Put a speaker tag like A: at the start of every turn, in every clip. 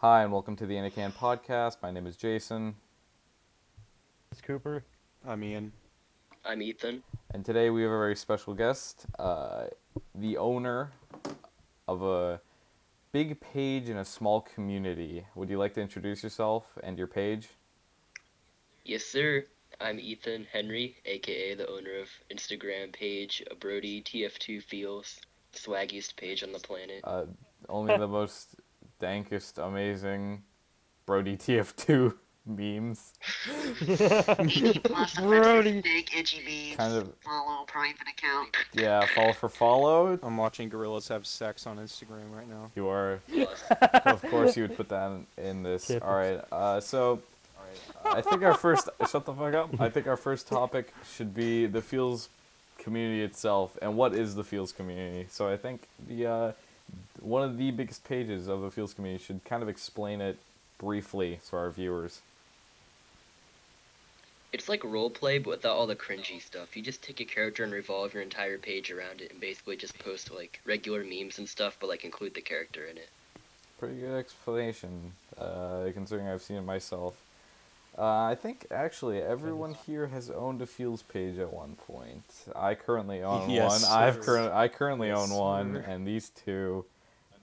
A: Hi, and welcome to the Anakin podcast. My name is Jason,
B: It's Cooper.
C: I'm Ian.
D: I'm Ethan.
A: and today we have a very special guest, uh, the owner of a big page in a small community. Would you like to introduce yourself and your page?
D: Yes, sir. I'm Ethan Henry, aka the owner of Instagram page Brody TF2 Feels, swaggiest page on the planet.
A: Uh, only the most dankest, amazing Brody TF2 memes.
B: Brody.
E: Big itchy beads.
A: Kind of-
E: Follow private account.
A: Yeah, follow for follow.
C: I'm watching gorillas have sex on Instagram right now.
A: You are
D: Plus,
A: of course you would put that in, in this.
B: Typical.
A: All right. Uh, so, I think our first shut the fuck up. I think our first topic should be the feels community itself and what is the feels community. So I think the uh, one of the biggest pages of the feels community should kind of explain it briefly for our viewers.
D: it's like roleplay, but without all the cringy stuff. You just take a character and revolve your entire page around it, and basically just post like regular memes and stuff, but like include the character in it.
A: Pretty good explanation, uh, considering I've seen it myself. Uh, I think actually everyone here has owned a feels page at one point. I currently own
C: Yes,
A: one. I've
C: sir.
A: current I currently
C: Yes,
A: own one,
C: sir.
A: and these two.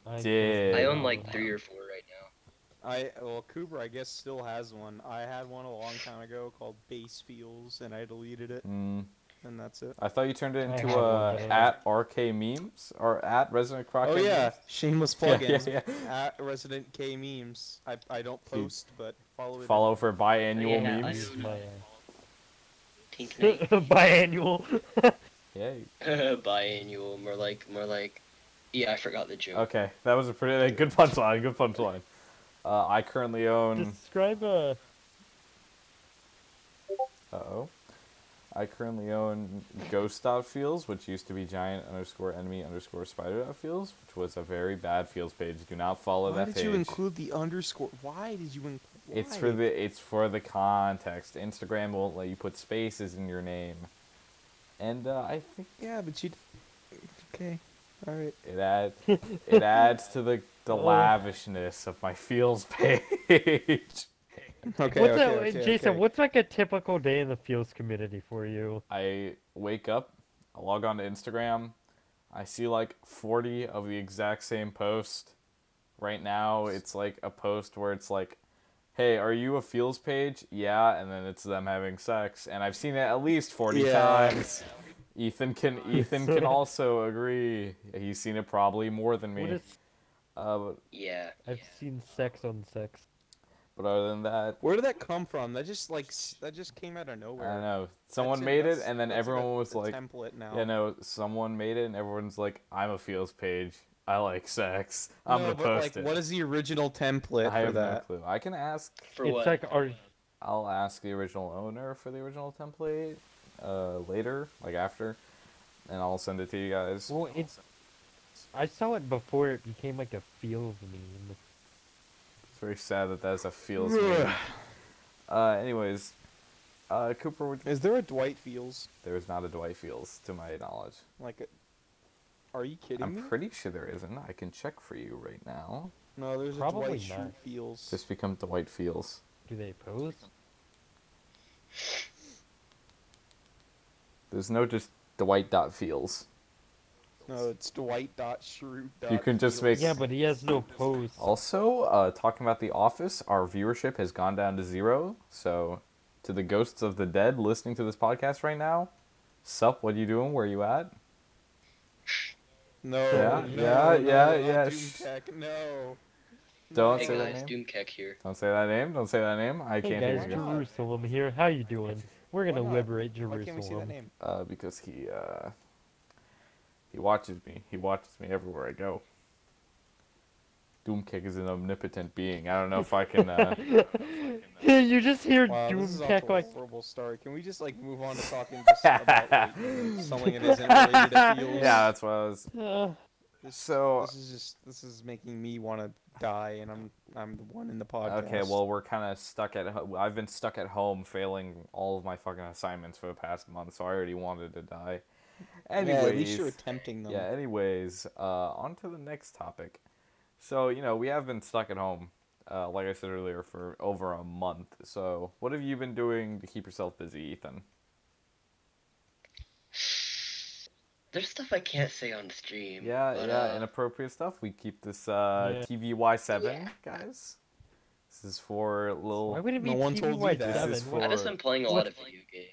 B: I
A: Did.
D: I own like three or four right now.
C: I well, Cooper, I guess still has one. I had one a long time ago called Base Feels, and I deleted it,
A: Mm,
C: and that's it.
A: I thought you turned it
B: I
A: into
B: have
A: a
B: one, but-
A: at RK memes or at Resident Croc.
C: Oh yeah, shameless
A: Yeah,
C: plugin.
A: yeah,
C: At Resident K memes. I, I don't
A: Dude.
C: post, but follow it.
A: Follow for biannual
D: Yeah, I
A: memes.
D: own- Tink Knight.
B: Biannual.
A: Yay.
D: Biannual, more like more like. Yeah, I forgot the joke.
A: Okay, that was a pretty good punchline. Good punchline. Uh, I currently own.
B: Describe a.
A: Uh oh. I currently own Ghost Dot Feels, which used to be Giant underscore Enemy underscore Spider Dot Feels, which was a very bad feels page. Do not follow
C: Why
A: that
C: did
A: page.
C: you include the underscore? Why did you include?
A: it's for the it's for the context. Instagram won't let you put spaces in your name, and uh, I think
C: Yeah, but you. Okay, all right.
A: it add it adds to the the
B: Oh.
A: lavishness of my feels page.
C: Okay,
B: what's
C: okay,
B: a,
C: okay,
B: Jason,
C: okay.
B: what's like a typical day in the fields community for you?
A: I wake up, I log on to Instagram, I see like 40 of the exact same post. Right now, it's like a post where it's like, hey, are you a feels page? Yeah, and then it's them having sex. And I've seen it at least 40
C: Yeah.
A: times. Ethan can Ethan can also agree. He's seen it probably more than
B: What
A: me.
B: is,
A: Uh, but,
D: Yeah.
B: I've
D: yeah.
B: seen sex on sex.
A: but other than that,
C: Where did that come from? That just like s- that just came out of
A: I
C: nowhere.
A: don't know.
C: That's
A: Someone made it,
C: that's-
A: and then
C: that's
A: everyone
C: the-
A: was
C: the
A: like,
C: template now.
A: Yeah, no, someone made it, and everyone's like, "I'm a feels page. I like sex. I'm
C: No,
A: gonna
C: but,
A: post
C: like,
A: it."
C: What is the original template
A: I
C: for
A: have
C: that?
A: no clue. I can ask.
D: For
B: it's
D: what?
B: like our.
A: I'll ask the original owner for the original template uh, later, like after, and I'll send it to you guys.
B: Well, it's. I saw it before it became like a field meme.
A: It's very sad that that's a feels. meme. uh, anyways, uh, Cooper, would...
C: Is there a Dwight Feels?
A: there is not a Dwight feels to my knowledge.
C: Like, a... are you kidding me?
A: I'm pretty sure there isn't. I can check for you right now.
C: No, there's
B: Probably
C: a Dwight Schrute
B: not.
C: Feels.
A: Just become Dwight feels.
B: Do they pose?
A: There's no just Dwight dot feels.
C: No, it's Dwight dot Schrute.
A: You can just make-
B: Yeah, but he has no pose.
A: Also, uh, talking about The Office, our viewership has gone down to zero. So, to the ghosts of the dead listening to this podcast right now, sup, what you doing? Where you at?
C: No.
A: Yeah,
C: no,
A: yeah,
C: no,
A: yeah,
C: no,
A: yeah,
C: Doom
A: shh.
C: Tech, no.
A: Don't
D: Hey
A: say that
D: guys,
A: name.
D: Doomkek here.
A: Don't say that name. Don't say that name. I
B: Hey
A: can't
B: guys,
A: hear
C: Why
A: you.
C: not?
B: Jerusalem here. How you doing? We're
C: Why
B: gonna
C: not?
B: liberate
C: Why can't we see that
B: Jerusalem.
C: name?
A: Uh, because he uh, he watches me. He watches me everywhere I go. Doomkick is an omnipotent being. I don't know if I can. Uh,
B: you just hear
C: Wow, this
B: Doom
C: is off
B: Tech
C: to a
B: like
C: horrible start. Can we just like move on to talking just about like, something that isn't related to Feels?
A: yeah, that's what I was.
B: uh,
A: So
C: This is just this is making me want to die, and I'm I'm the one in the podcast.
A: Okay, well, we're kind of stuck at. ho- I've been stuck at home, failing all of my fucking assignments for the past month, so I already wanted to die. Anyways,
C: yeah, at least you're attempting them.
A: yeah, anyways, uh, on to the next topic. So you know, we have been stuck at home uh, like I said earlier, for over a month. So, what have you been doing to keep yourself busy, Ethan?
D: There's stuff I can't say on stream.
A: Yeah,
D: but,
A: yeah,
D: uh,
A: inappropriate stuff. We keep this uh, TVY7, guys. This is for little.
B: Why would it be
C: No one told you
B: TVY7?
A: that. This is
B: What-
D: I've just
A: for-
D: been playing a
B: what-
D: lot of video games,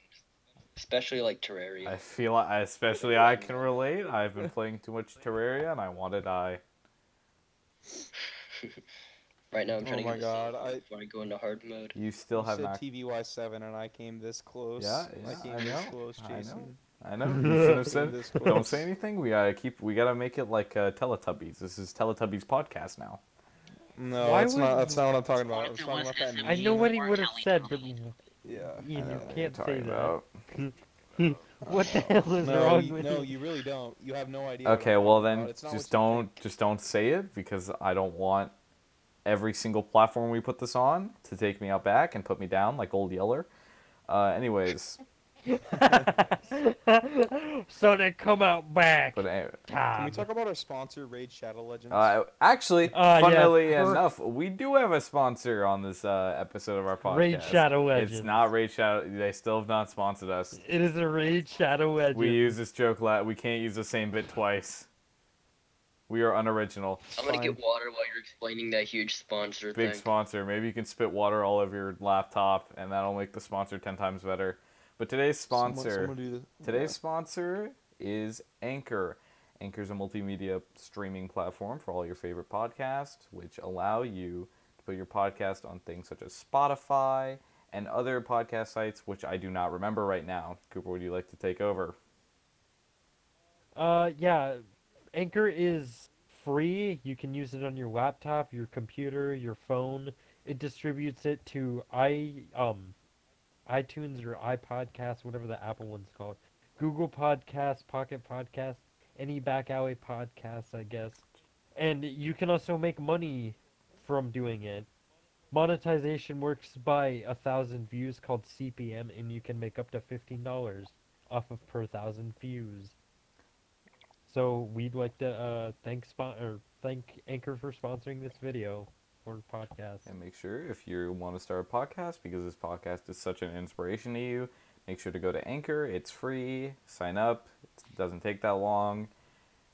D: especially like Terraria.
A: I feel I, especially I can relate. I've been playing too much Terraria, and I want to die.
D: Right now, I'm trying
C: Oh
D: to
C: my
D: get this
C: God,
D: level
C: I-
D: before I go into hard mode.
A: You still
C: You
A: have
C: said
A: not.
C: TVY7 and I came this close.
A: Yeah,
C: I
A: yeah,
C: came
A: I
C: this
A: know,
C: close,
A: I know.
C: Jason.
A: I know. You should have
C: Came
A: said.
C: this
A: Don't
C: close.
A: say anything. We gotta keep. We gotta make it like uh, Teletubbies. This is Teletubbies podcast now.
C: No,
B: Why
C: that's not
B: would-
C: that's not what I'm talking about.
E: What
C: I
E: if
C: was
E: there
C: talking
E: was
C: about that.
E: SME?
B: I know what he would have
E: Mortality.
B: said, but
C: Yeah.
B: You
C: I know.
B: know. Can't
A: What are
B: say
A: you talking
B: that.
A: about?
B: what the hell is
C: No,
B: wrong
C: you,
B: with
C: no,
B: you?
C: you really don't. You have no idea.
A: Okay, well then, just
C: just
A: don't just don't say it because I don't want every single platform we put this on to take me out back and put me down like old Yeller. Uh, anyways,
B: so they come out back.
A: but uh, eh, anyway,
C: Can we
B: Tom.
C: talk about our sponsor, Raid Shadow Legends?
A: uh, actually,
B: Uh, yeah,
A: funnily
B: for-
A: enough, we do have a sponsor on this uh, episode of our podcast.
B: Raid Shadow Legends.
A: It's not Raid Shadow. They still have not sponsored us.
B: It is a raid shadow edge.
A: We use this joke la We can't use the same bit twice. We are unoriginal.
D: I'm gonna
C: Fine.
D: get water while you're explaining that huge sponsor
A: Big
D: thing.
A: sponsor. Maybe you can spit water all over your laptop, and that'll make the sponsor ten times better. But today's
C: Someone-
A: sponsor,
C: someone do the-
A: today's sponsor is Anchor. Anchor is a multimedia streaming platform for all your favorite podcasts, which allow you to put your podcast on things such as Spotify and other podcast sites, which I do not remember right now. Cooper, would you like to take over?
B: Uh, yeah. Anchor is free. You can use it on your laptop, your computer, your phone. It distributes it to i um, iTunes or iPodcast, whatever the Apple one's called, Google Podcast, Pocket Podcast, any back alley podcast, I guess. And you can also make money from doing it. Monetization works by a thousand views called CPM, and you can make up to fifteen dollars off of per thousand views. So we'd like to uh, thank spon- or thank Anchor for sponsoring this video or podcast.
A: And make sure if you want to start a podcast, because this podcast is such an inspiration to you, make sure to go to Anchor. It's free. Sign up. It doesn't take that long.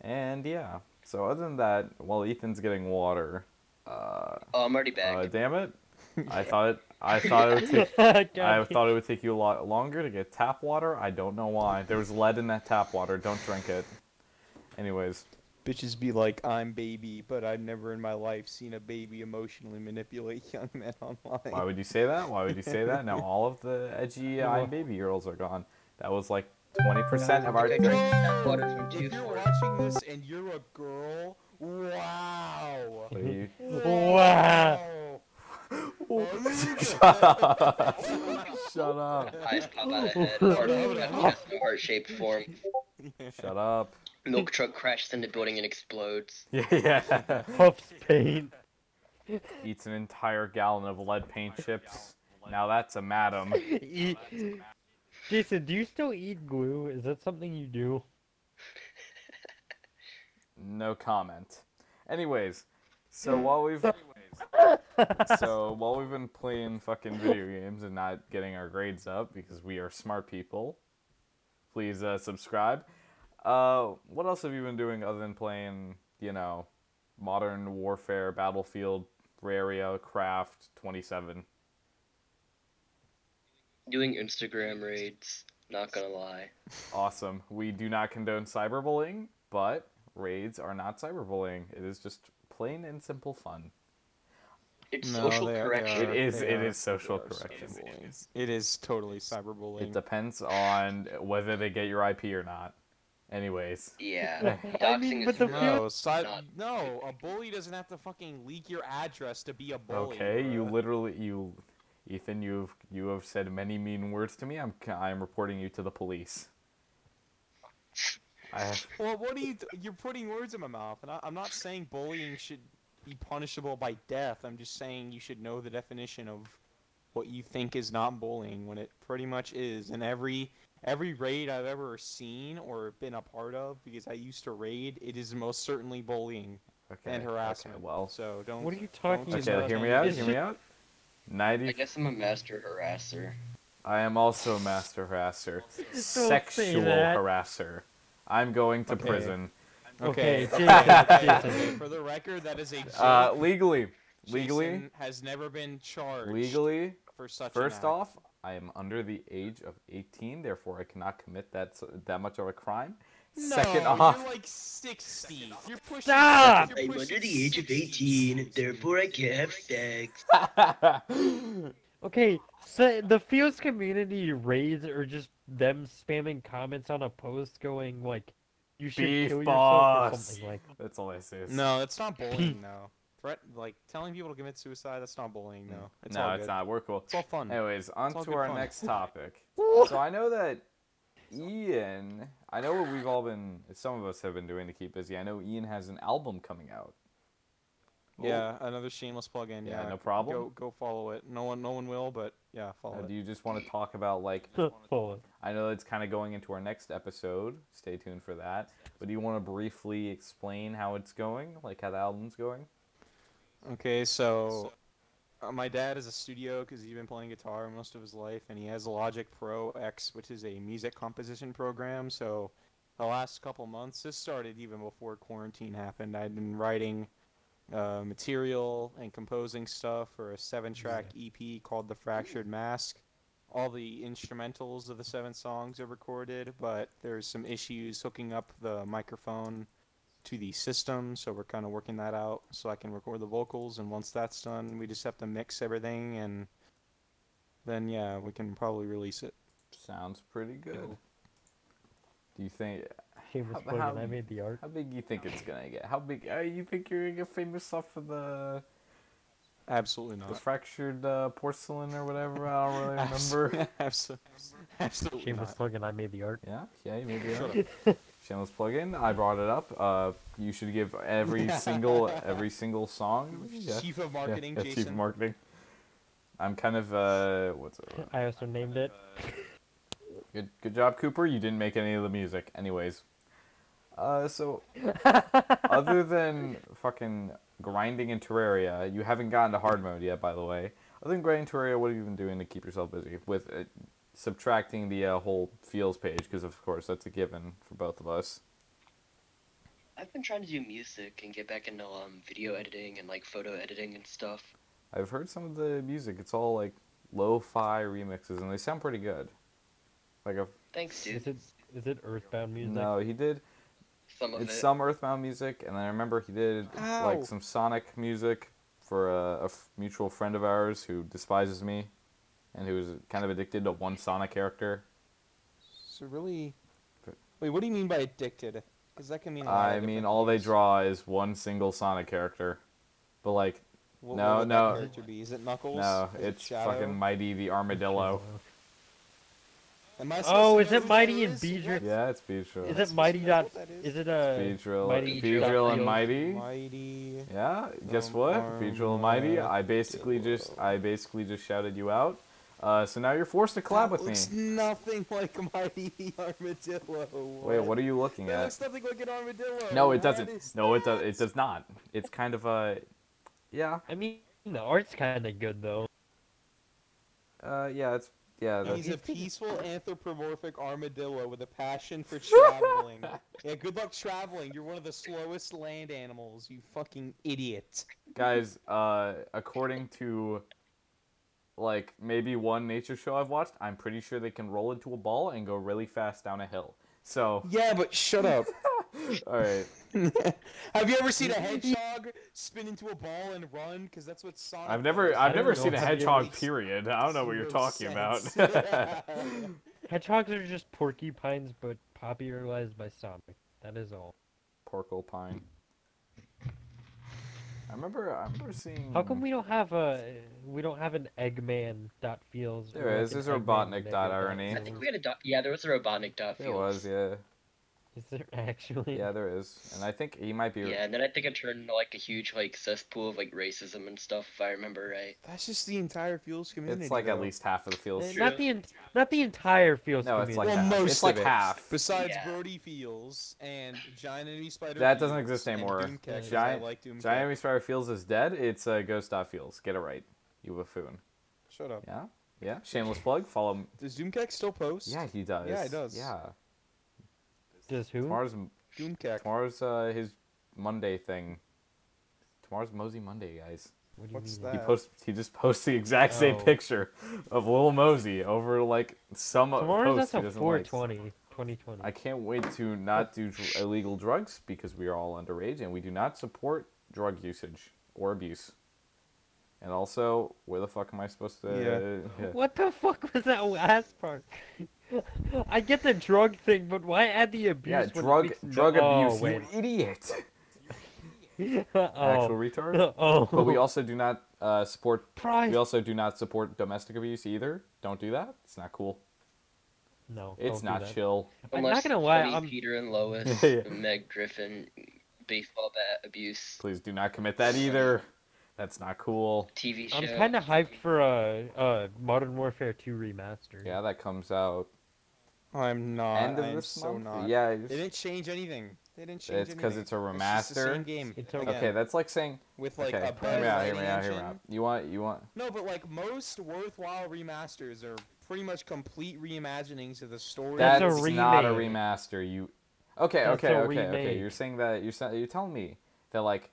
A: And yeah. So other than that, while Ethan's getting water, uh,
D: Oh, I'm already back.
A: uh damn it, I thought I thought it would take I
B: God,
A: thought it would take you a lot longer to get tap water. I don't know why. There was lead in that tap water. Don't drink it. Anyways,
C: Bitches be like, I'm baby, but I've never in my life seen a baby emotionally manipulate young men online.
A: Why would you say that? Why would you say that? Now all of the edgy
B: No.
A: i baby girls are gone. That was like twenty percent of our.
D: Okay,
A: Did
D: drink tap water from
C: If you're
D: 240.
C: watching this and you're a girl, wow.
A: you...
B: Wow.
A: Shut up! Shut up!
D: Eyes pop out of head. Heart
C: Hold on, hold
D: has no heart-shaped form.
A: Shut up!
D: Milk truck crashes into building and explodes.
A: Yeah, yeah.
B: Huff's paint.
A: Eats an entire gallon of lead paint chips. Now that's a madam.
B: E- Jason, do you still eat glue? Is that something you do?
A: No comment. Anyways, so while we've so while we've been playing fucking video games and not getting our grades up because we are smart people, please uh, subscribe. Uh, what else have you been doing other than playing, you know, Modern Warfare, Battlefield, Raria, Craft, Twenty Seven?
D: Doing Instagram raids. Not gonna lie.
A: Awesome. We do not condone cyberbullying, but raids are not cyberbullying. It is just plain and simple fun.
D: It's
C: No,
D: social
C: they are- they
D: correction.
A: It is.
C: They
A: It
C: are-
A: is social
C: they are
A: correction.
C: cyberbullying. It is totally cyberbullying.
A: It depends on whether they get your IP or not. Anyways,
D: Yeah.
B: I
D: Doxing
B: mean,
D: is
B: but the
D: wrong.
B: few-
C: no, cy-
D: Not-
C: no, a bully doesn't have to fucking leak your address to be a bully.
A: okay, you
C: bruh.
A: literally you, Ethan, you've you have said many mean words to me. I'm c- I'm reporting you to the police. I have,
C: Well, what are you? T- you're putting words in my mouth, and I- I'm not saying bullying should be punishable by death. I'm just saying you should know the definition of what you think is not bullying when it pretty much is. And every every raid I've ever seen or been a part of, because I used to raid, it is most certainly bullying.
A: Okay.
C: and harassment.
A: Okay, well,
C: so don't.
B: What are you talking
C: don't
B: Please
A: okay.
B: no,
A: Hear me
C: judge
A: out.
B: It's
A: Hear me
B: just-
A: out.
D: I
A: Ninety.
D: guess I'm a master harasser.
A: I am also a master harasser,
B: say
A: sexual
B: that.
A: harasser. I'm going to
C: Okay.
A: prison.
B: Okay,
C: Okay,
B: Jason,
C: okay,
B: Jason.
C: For the record, that is a joke.
A: Uh, legally, legally,
C: Jason has never been charged
A: legally.
C: for such. an
A: First
C: act.
A: off, I am under the age of 18, therefore I cannot commit that s- that much of a crime. Second
C: no,
A: off,
C: you're like 60. You're pushing.
B: Stop!
C: You're pushing 60.
D: I can't have sex.
B: Okay, so the feels community raids are just them spamming comments on a post going like, "You should
A: Beef
B: kill yourself" or
A: boss.
B: something like.
A: that's all I say. is-
C: No, that's not bullying though. Threat like telling people to commit suicide. That's not bullying though. It's
A: no,
C: all
A: it's
C: good. Mm.
A: not. We're cool.
C: It's all fun.
A: Anyways, on
C: all
A: to
C: good
A: our
C: fun.
A: next topic. so I know that Ian, I know what we've all been, some of us have been doing to keep busy. I know Ian has an album coming out.
C: Yeah, another shameless plug-in.
A: Yeah,
C: Yeah,
A: no problem.
C: Go, go follow it. No one, no one will, but yeah, follow
A: Uh,
C: it.
A: do you just want to talk about like
B: Full.
A: I know it's kind of going into our next episode. Stay tuned for that. But do you want to briefly explain how it's going, like how the album's going?
C: Okay, so uh, my dad is a studio because he's been playing guitar most of his life, and he has Logic Pro X, which is a music composition program. So the last couple months, this started even before quarantine happened. I'd been writing uh, material and composing stuff for a seven-track EP called The Fractured Mask. All the instrumentals of the seven songs are recorded, but there's some issues hooking up the microphone to the system, so we're kind of working that out so I can record the vocals. And once that's done, we just have to mix everything, and then yeah, we can probably release it.
A: Sounds pretty good. Do you think?
B: Shameless
A: How-
B: plug,
A: how-
B: and I made the art.
A: How big you think it's gonna get? How big? Uh, you think you're gonna get famous off of the
C: Absolutely
A: the
C: not.
A: fractured uh, porcelain or whatever? I don't really remember.
C: Absolutely, absolutely
B: Shameless
C: not.
B: plug, and I made the art.
A: Yeah, yeah, maybe. Shameless plug-in. I brought it up. Uh, you should give every single every single song. Yeah.
C: Chief of marketing,
A: yeah, yeah,
C: Jason.
A: Chief marketing. I'm kind of uh, what's it?
B: I also named it.
A: Good, good job, Cooper. You didn't make any of the music, anyways. Uh, so other than fucking grinding in Terraria, you haven't gotten to hard mode yet, by the way. Other than grinding Terraria, what have you been doing to keep yourself busy with uh, subtracting the uh, whole feels page? Because of course that's a given for both of us.
D: I've been trying to do music and get back into um video editing and like photo editing and stuff.
A: I've heard some of the music. It's all like lo-fi remixes, and they sound pretty good. Like a
D: Thanks, dude.
B: Is it is it Earthbound music?
A: no, he did.
D: Some of
A: It's
D: it.
A: some Earthbound music, and I remember he did
C: Ow.
A: like some Sonic music for a, a f- mutual friend of ours who despises me, and who was kind of addicted to one Sonic character.
C: So really, wait, what do you mean by addicted? Because that can mean. a lot
A: I
C: of
A: mean,
C: different
A: all they
C: things.
A: draw is one single Sonic character, but like,
C: What- what
A: no,
C: would that
A: no.
C: character be? Is it Knuckles?
A: no,
C: Is it
A: it's
C: Shadow?
A: fucking Mighty the Armadillo.
C: Am I supposed
B: Oh,
C: to
B: is
C: know
B: it
C: who
B: Mighty
C: that
B: and
C: is?
B: Beedrill?
A: Yeah, it's Beedrill.
B: Is
C: That's
B: it
C: supposed
B: Mighty
C: to be
B: dot?
C: what that is.
B: Is it uh, a
A: Beedrill,
B: Mighty
D: Beedrill.
A: Beedrill and
D: Beedrill.
A: Mighty.
C: Mighty.
A: Yeah, guess
C: Um,
A: what? Beatrice Almighty, I basically just I basically just shouted you out. Uh, so now you're forced to collab
C: That
A: with
C: looks
A: me.
C: nothing like Mighty Armadillo.
A: Wait, what are you looking
C: That
A: at?
C: looks nothing like an armadillo.
A: No, it
C: What
A: doesn't.
C: is
A: No, it does.
C: that?
A: It does not. It's kind of a, yeah,
B: I mean, the art's kind of good though.
A: uh, yeah, it's yeah.
C: He's
A: That's,
C: a peaceful anthropomorphic armadillo with a passion for traveling. yeah, good luck traveling. You're one of the slowest land animals, you fucking idiot.
A: guys, uh, according to, like maybe one nature show I've watched, I'm pretty sure they can roll into a ball and go really fast down a hill. So,
C: Yeah, but shut up.
A: all right.
C: Have you ever seen a hedgehog spin into a ball and run? Because that's what Sonic.
A: I've never,
C: does.
B: I
A: I've
B: don't
A: never
B: know
A: seen a
B: if I've ever
A: hedgehog.
C: seen-
A: Period. I don't know what you're talking
C: Zero sense.
A: about.
B: Hedgehogs are just porcupines, but popularized by Sonic. That is all.
A: porcupine. I remember, I remember seeing.
B: How
C: Hmm.
B: come we don't have a we don't have an Eggman dot feels?
A: There is, there's Robotnik dot irony.
D: I think we had a dot. Yeah, there was a Robotnik dot.
A: It
D: field.
A: was, yeah.
B: Is there actually?
A: Yeah, there is, and I think he might be.
D: Yeah, and then I think it turned into like a huge like cesspool of like racism and stuff, if I remember right.
C: That's just the entire Fuels community.
A: It's like at
C: though.
A: least half of the
B: Uh,
A: fields.
D: True.
B: Not the en- not the entire field.
A: No, it's like
C: well,
A: half.
C: most
A: It's like
C: of it.
A: half.
C: Besides
D: Yeah.
C: Brody Fields and Giant Enemy Spider.
A: That doesn't
C: Fields
A: exist
C: and
A: anymore.
C: Doomcat, 'cause
A: Giant-
C: I like Doomcat.
A: Giant Enemy Spider Fields is dead. It's uh, Ghost Dot Fields. Get it right, you buffoon.
C: Shut up.
A: Yeah, yeah. Shameless plug. Follow. him.
C: Does Doomcat still post?
A: Yeah, he does.
C: Yeah, he does.
A: Yeah.
B: Does who?
A: Tomorrow's
C: Doomcat.
A: tomorrow's uh, his Monday thing. Tomorrow's Mosey Monday, guys.
B: What do you
C: What's
B: mean?
A: He
C: that?
A: post he just posts the exact same
B: Oh.
A: picture of Lil Mosey over like some
B: Tomorrow's
A: post
B: that's
A: he
B: a
A: doesn't like.
B: 420. 2020.
A: I can't wait to not do dr- illegal drugs because we are all underage and we do not support drug usage or abuse. And also, where the fuck am I supposed to? Yeah.
B: What the fuck was that last part? I get the drug thing, but why add the abuse?
A: Yeah,
B: when it
A: drug
B: makes no-
A: drug
B: oh,
A: abuse.
B: Wait.
A: You idiot! Actual
B: oh.
A: retard.
B: oh.
A: But we also do not uh, support.
B: Prize-
A: We also do not support domestic abuse either. Don't do that. It's not cool.
B: no,
A: It's
B: don't do
A: not
B: that.
A: chill.
B: I'm
D: Unless
B: not gonna lie.
D: Cody,
B: I'm,
D: Peter and Lois,
A: Yeah, yeah.
D: and Meg Griffin, baseball bat abuse
A: Please do not commit that either. That's not cool.
D: TV show.
B: I'm kind of hyped for a uh, uh, Modern Warfare 2 remaster.
A: Yeah, that comes out
C: I'm not.
A: end of
C: Uh, I'm
A: this
C: so
A: month.
C: not.
A: Yeah,
C: They
A: it's-
C: didn't change anything. They didn't change
A: it's
C: anything.
A: because it's a
C: just the same
A: remaster.
C: game.
B: It's okay.
A: Okay, that's like saying
C: With like
A: okay,
C: a
A: hear
C: Buzz
A: me out, hear
C: Lightyear
A: me out, hear me
C: engine.
A: out. You want, you want.
C: No, but like most worthwhile remasters are pretty much complete reimaginings of the story.
B: That's
A: That's
B: a
A: not a
B: remake.
A: remaster. You, okay,
B: That's
A: okay,
B: a
A: okay, okay.
B: remake.
A: You're saying that you're sa- you're telling me that like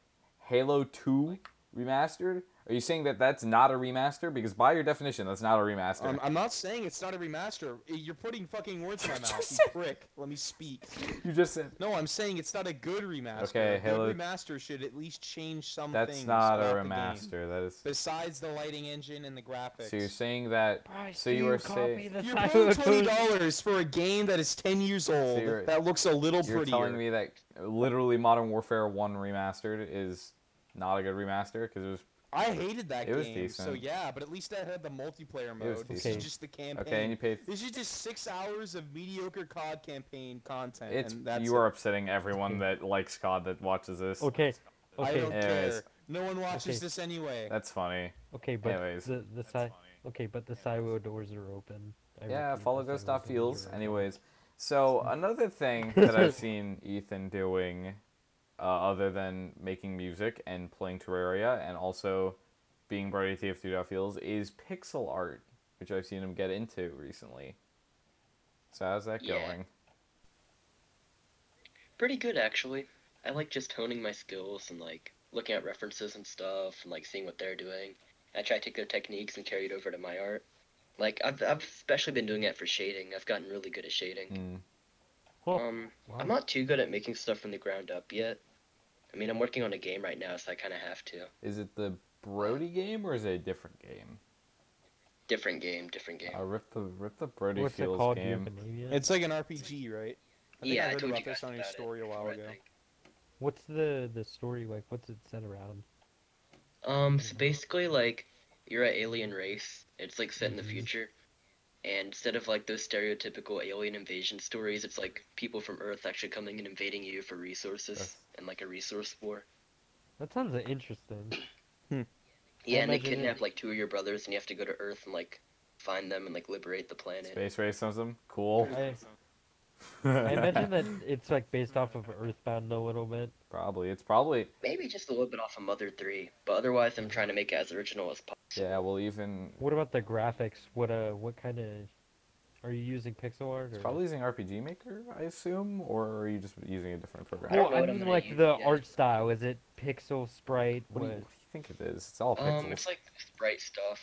A: Halo Two remastered. Are you saying that that's not a remaster? Because by your definition, that's not a remaster.
C: Um, I'm, I'm not saying it's not a remaster. You're putting fucking words in my mouth, you prick. Let me speak.
A: you just said
C: No, I'm saying it's not a good remaster.
A: Okay,
C: a
A: Halo-
C: good remaster should at least change some
A: that's
C: things.
A: not a
C: about the game,
A: remaster. That is.
C: besides the lighting engine and the graphics.
A: So you're saying that.
B: Bryce,
A: So
B: do
A: you
B: you
A: are
B: copy
A: saying.
B: the
C: You're
B: Psycho
C: paying twenty
B: Cody?
C: dollars for a game that is ten years old
A: you're-
C: that looks a little
A: You're
C: prettier.
A: telling me that literally Modern Warfare One remastered is not a good remaster because it was
C: I hated that
A: It was
C: game. So
A: decent.
C: yeah, but at least I had the multiplayer
A: It was
C: mode. This
B: decent.
C: is just the campaign.
A: okay, and you paid.
C: This is just six hours of mediocre COD campaign content.
A: It's
C: and that's
A: you are
C: it.
A: upsetting everyone that likes COD that watches this.
B: Okay,
C: I don't
B: okay,
A: Anyways.
C: care. No one watches
B: Okay.
C: this anyway.
A: That's funny.
B: okay, but
A: anyways,
B: the the side. Okay, but the silo doors are open. I
A: Yeah,
B: repeat, the
A: follow
B: silo
A: Ghost
B: doors
A: Off
B: are
A: Fields.
B: open.
A: Anyways, so another thing that I've seen Ethan doing, uh, other than making music and playing Terraria and also being Brody TF2 Dot Fields, is pixel art, which I've seen him get into recently. So how's that
D: Yeah.
A: going?
D: pretty good actually. I like just honing my skills and like looking at references and stuff and like seeing what they're doing. I try to take their techniques and carry it over to my art. Like I've I've especially been doing that for shading. I've gotten really good at shading.
A: Mm.
B: Huh,
C: Mm.
D: Um,
B: wow.
D: I'm not too good at making stuff from the ground up yet. I mean, I'm working on a game right now, so I kind of have to.
A: Is it the Brody game or is it a different game?
D: Different game, different game.
A: Uh, rip the rip the Brody
B: What's it
A: Fields
B: called?
A: game.
B: Euthanasia?
C: It's like an RPG, right? I think
D: yeah,
C: I heard
D: told
C: about
D: you guys
C: this on your
D: about it
C: story a while
D: before, I
C: ago.
D: think.
B: What's the the story like? What's it set around?
D: Um,
A: Mm-hmm.
D: so basically, like, you're an alien race. It's like set in
A: Mm-hmm.
D: the
B: Mhm.
D: future, and instead of like those stereotypical alien invasion stories, it's like people from Earth actually coming and invading you for resources
A: That's-
D: and like a resource war.
B: That sounds interesting.
D: Yeah, and they
B: imagine it.
D: kidnap like two of your brothers, and you have to go to Earth and like find them and like liberate the planet.
A: Space racism, cool.
B: I, I imagine that it's like based off of Earthbound a little bit.
A: probably it's probably
D: Maybe just a little bit off of Mother Three, but otherwise,
A: Mm-hmm.
D: I'm trying to make it as original as possible.
A: yeah. Well, even
B: What about the graphics? What uh, what kind of are you using pixel art? Or...
A: It's probably using RPG Maker, I assume, or are you just using a different program?
D: I don't
B: Well,
D: know
B: I
D: what I'm
B: mean,
D: gonna
B: like
D: use
B: the
D: yet.
B: art style. Is it pixel sprite?
A: what, do you,
B: What-
A: what do you think it is? It's all pixels.
D: Um, it's like sprite stuff.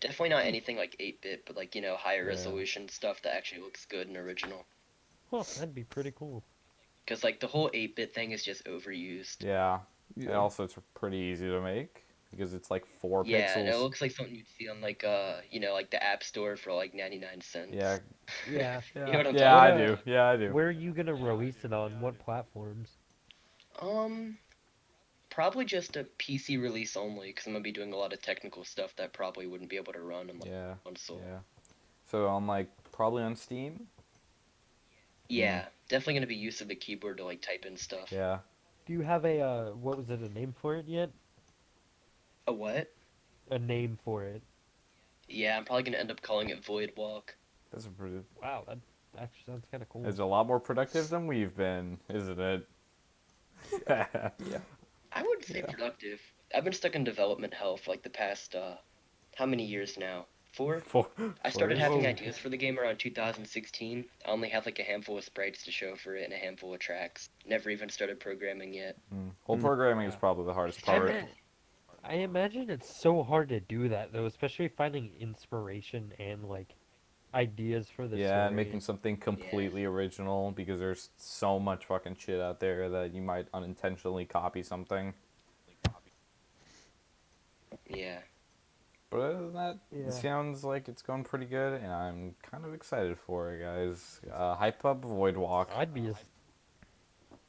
D: Definitely not anything like 8-bit, but like you know higher
A: Yeah.
D: resolution stuff that actually looks good and original.
B: Huh, that'd be pretty cool.
D: Because, like, the whole 8 bit thing is just overused.
A: yeah.
C: Yeah.
A: And also, it's pretty easy to make because it's like four
D: Yeah, and
A: pixels.
D: it looks like something you'd see on, like, uh, you know, like the App Store for, like, 99 cents.
A: yeah,
B: Yeah.
D: You know what I'm
A: yeah, I
D: talking
A: do.
D: about?
A: Yeah, I do.
B: Where are you gonna release it on? What platforms?
D: Um, probably just a PC release only, because I'm going to be doing a lot of technical stuff that probably wouldn't be able to run on, like,
A: Yeah,
D: console.
A: yeah. So on like probably on Steam.
D: Yeah. Definitely gonna be use of the keyboard to like type in stuff.
A: Mm-hmm. Yeah.
B: Do you have a uh, what was it a name for it yet?
D: A what?
B: A name for it.
D: Yeah, I'm probably gonna end up calling it Void Walk.
A: That's a pretty.
B: Wow, that actually sounds kind of cool.
A: It's a lot more productive than we've been, isn't it?
D: I would say productive. I've been stuck in development hell for like the past uh, how many years now? Four.
A: For,
D: I started
A: for-
D: having ideas for the game around 2016. I only had like a handful of sprites to show for it and a handful of tracks. Never even started programming yet.
A: Mm. Well, programming is probably the hardest
B: I,
A: part.
B: ima- I imagine it's so hard to do that though, especially finding inspiration and like ideas for the
A: Yeah, and
B: story.
A: making something completely original because there's so much fucking shit out there that you might unintentionally copy something.
D: Yeah.
A: But other than that,
B: Yeah.
A: it sounds like it's going pretty good, and I'm kind of excited for it, guys. Uh, hype up Void Walk.
B: I'd be a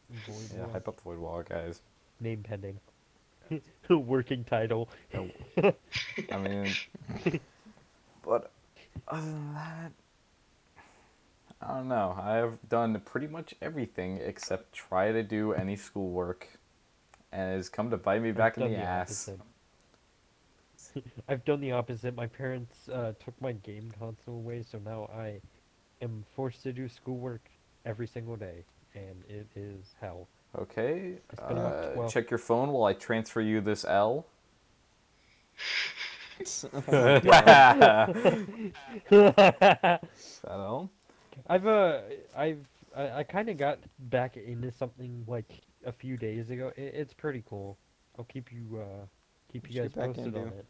B: Void
A: Yeah,
B: Walk.
A: hype up Void Walk, guys.
B: name pending. Working title.
A: I mean, but other than that, I don't know. I have done pretty much everything except try to do any schoolwork, and it's come to bite me back
B: I've
A: in
B: done
A: the ass.
B: opposite. I've done the opposite. My parents uh, took my game console away, so now I am forced to do schoolwork every single day, and it is hell.
A: Okay,
B: I spent about
A: uh,
B: 12
A: check your phone while I transfer you this L.
B: I've
A: That L.
B: uh, I've I, I kind of got back into something like a few days ago. It, it's pretty cool. I'll keep you uh, keep you
C: What'd you
B: guys
C: get back
B: posted on
C: into?
B: it.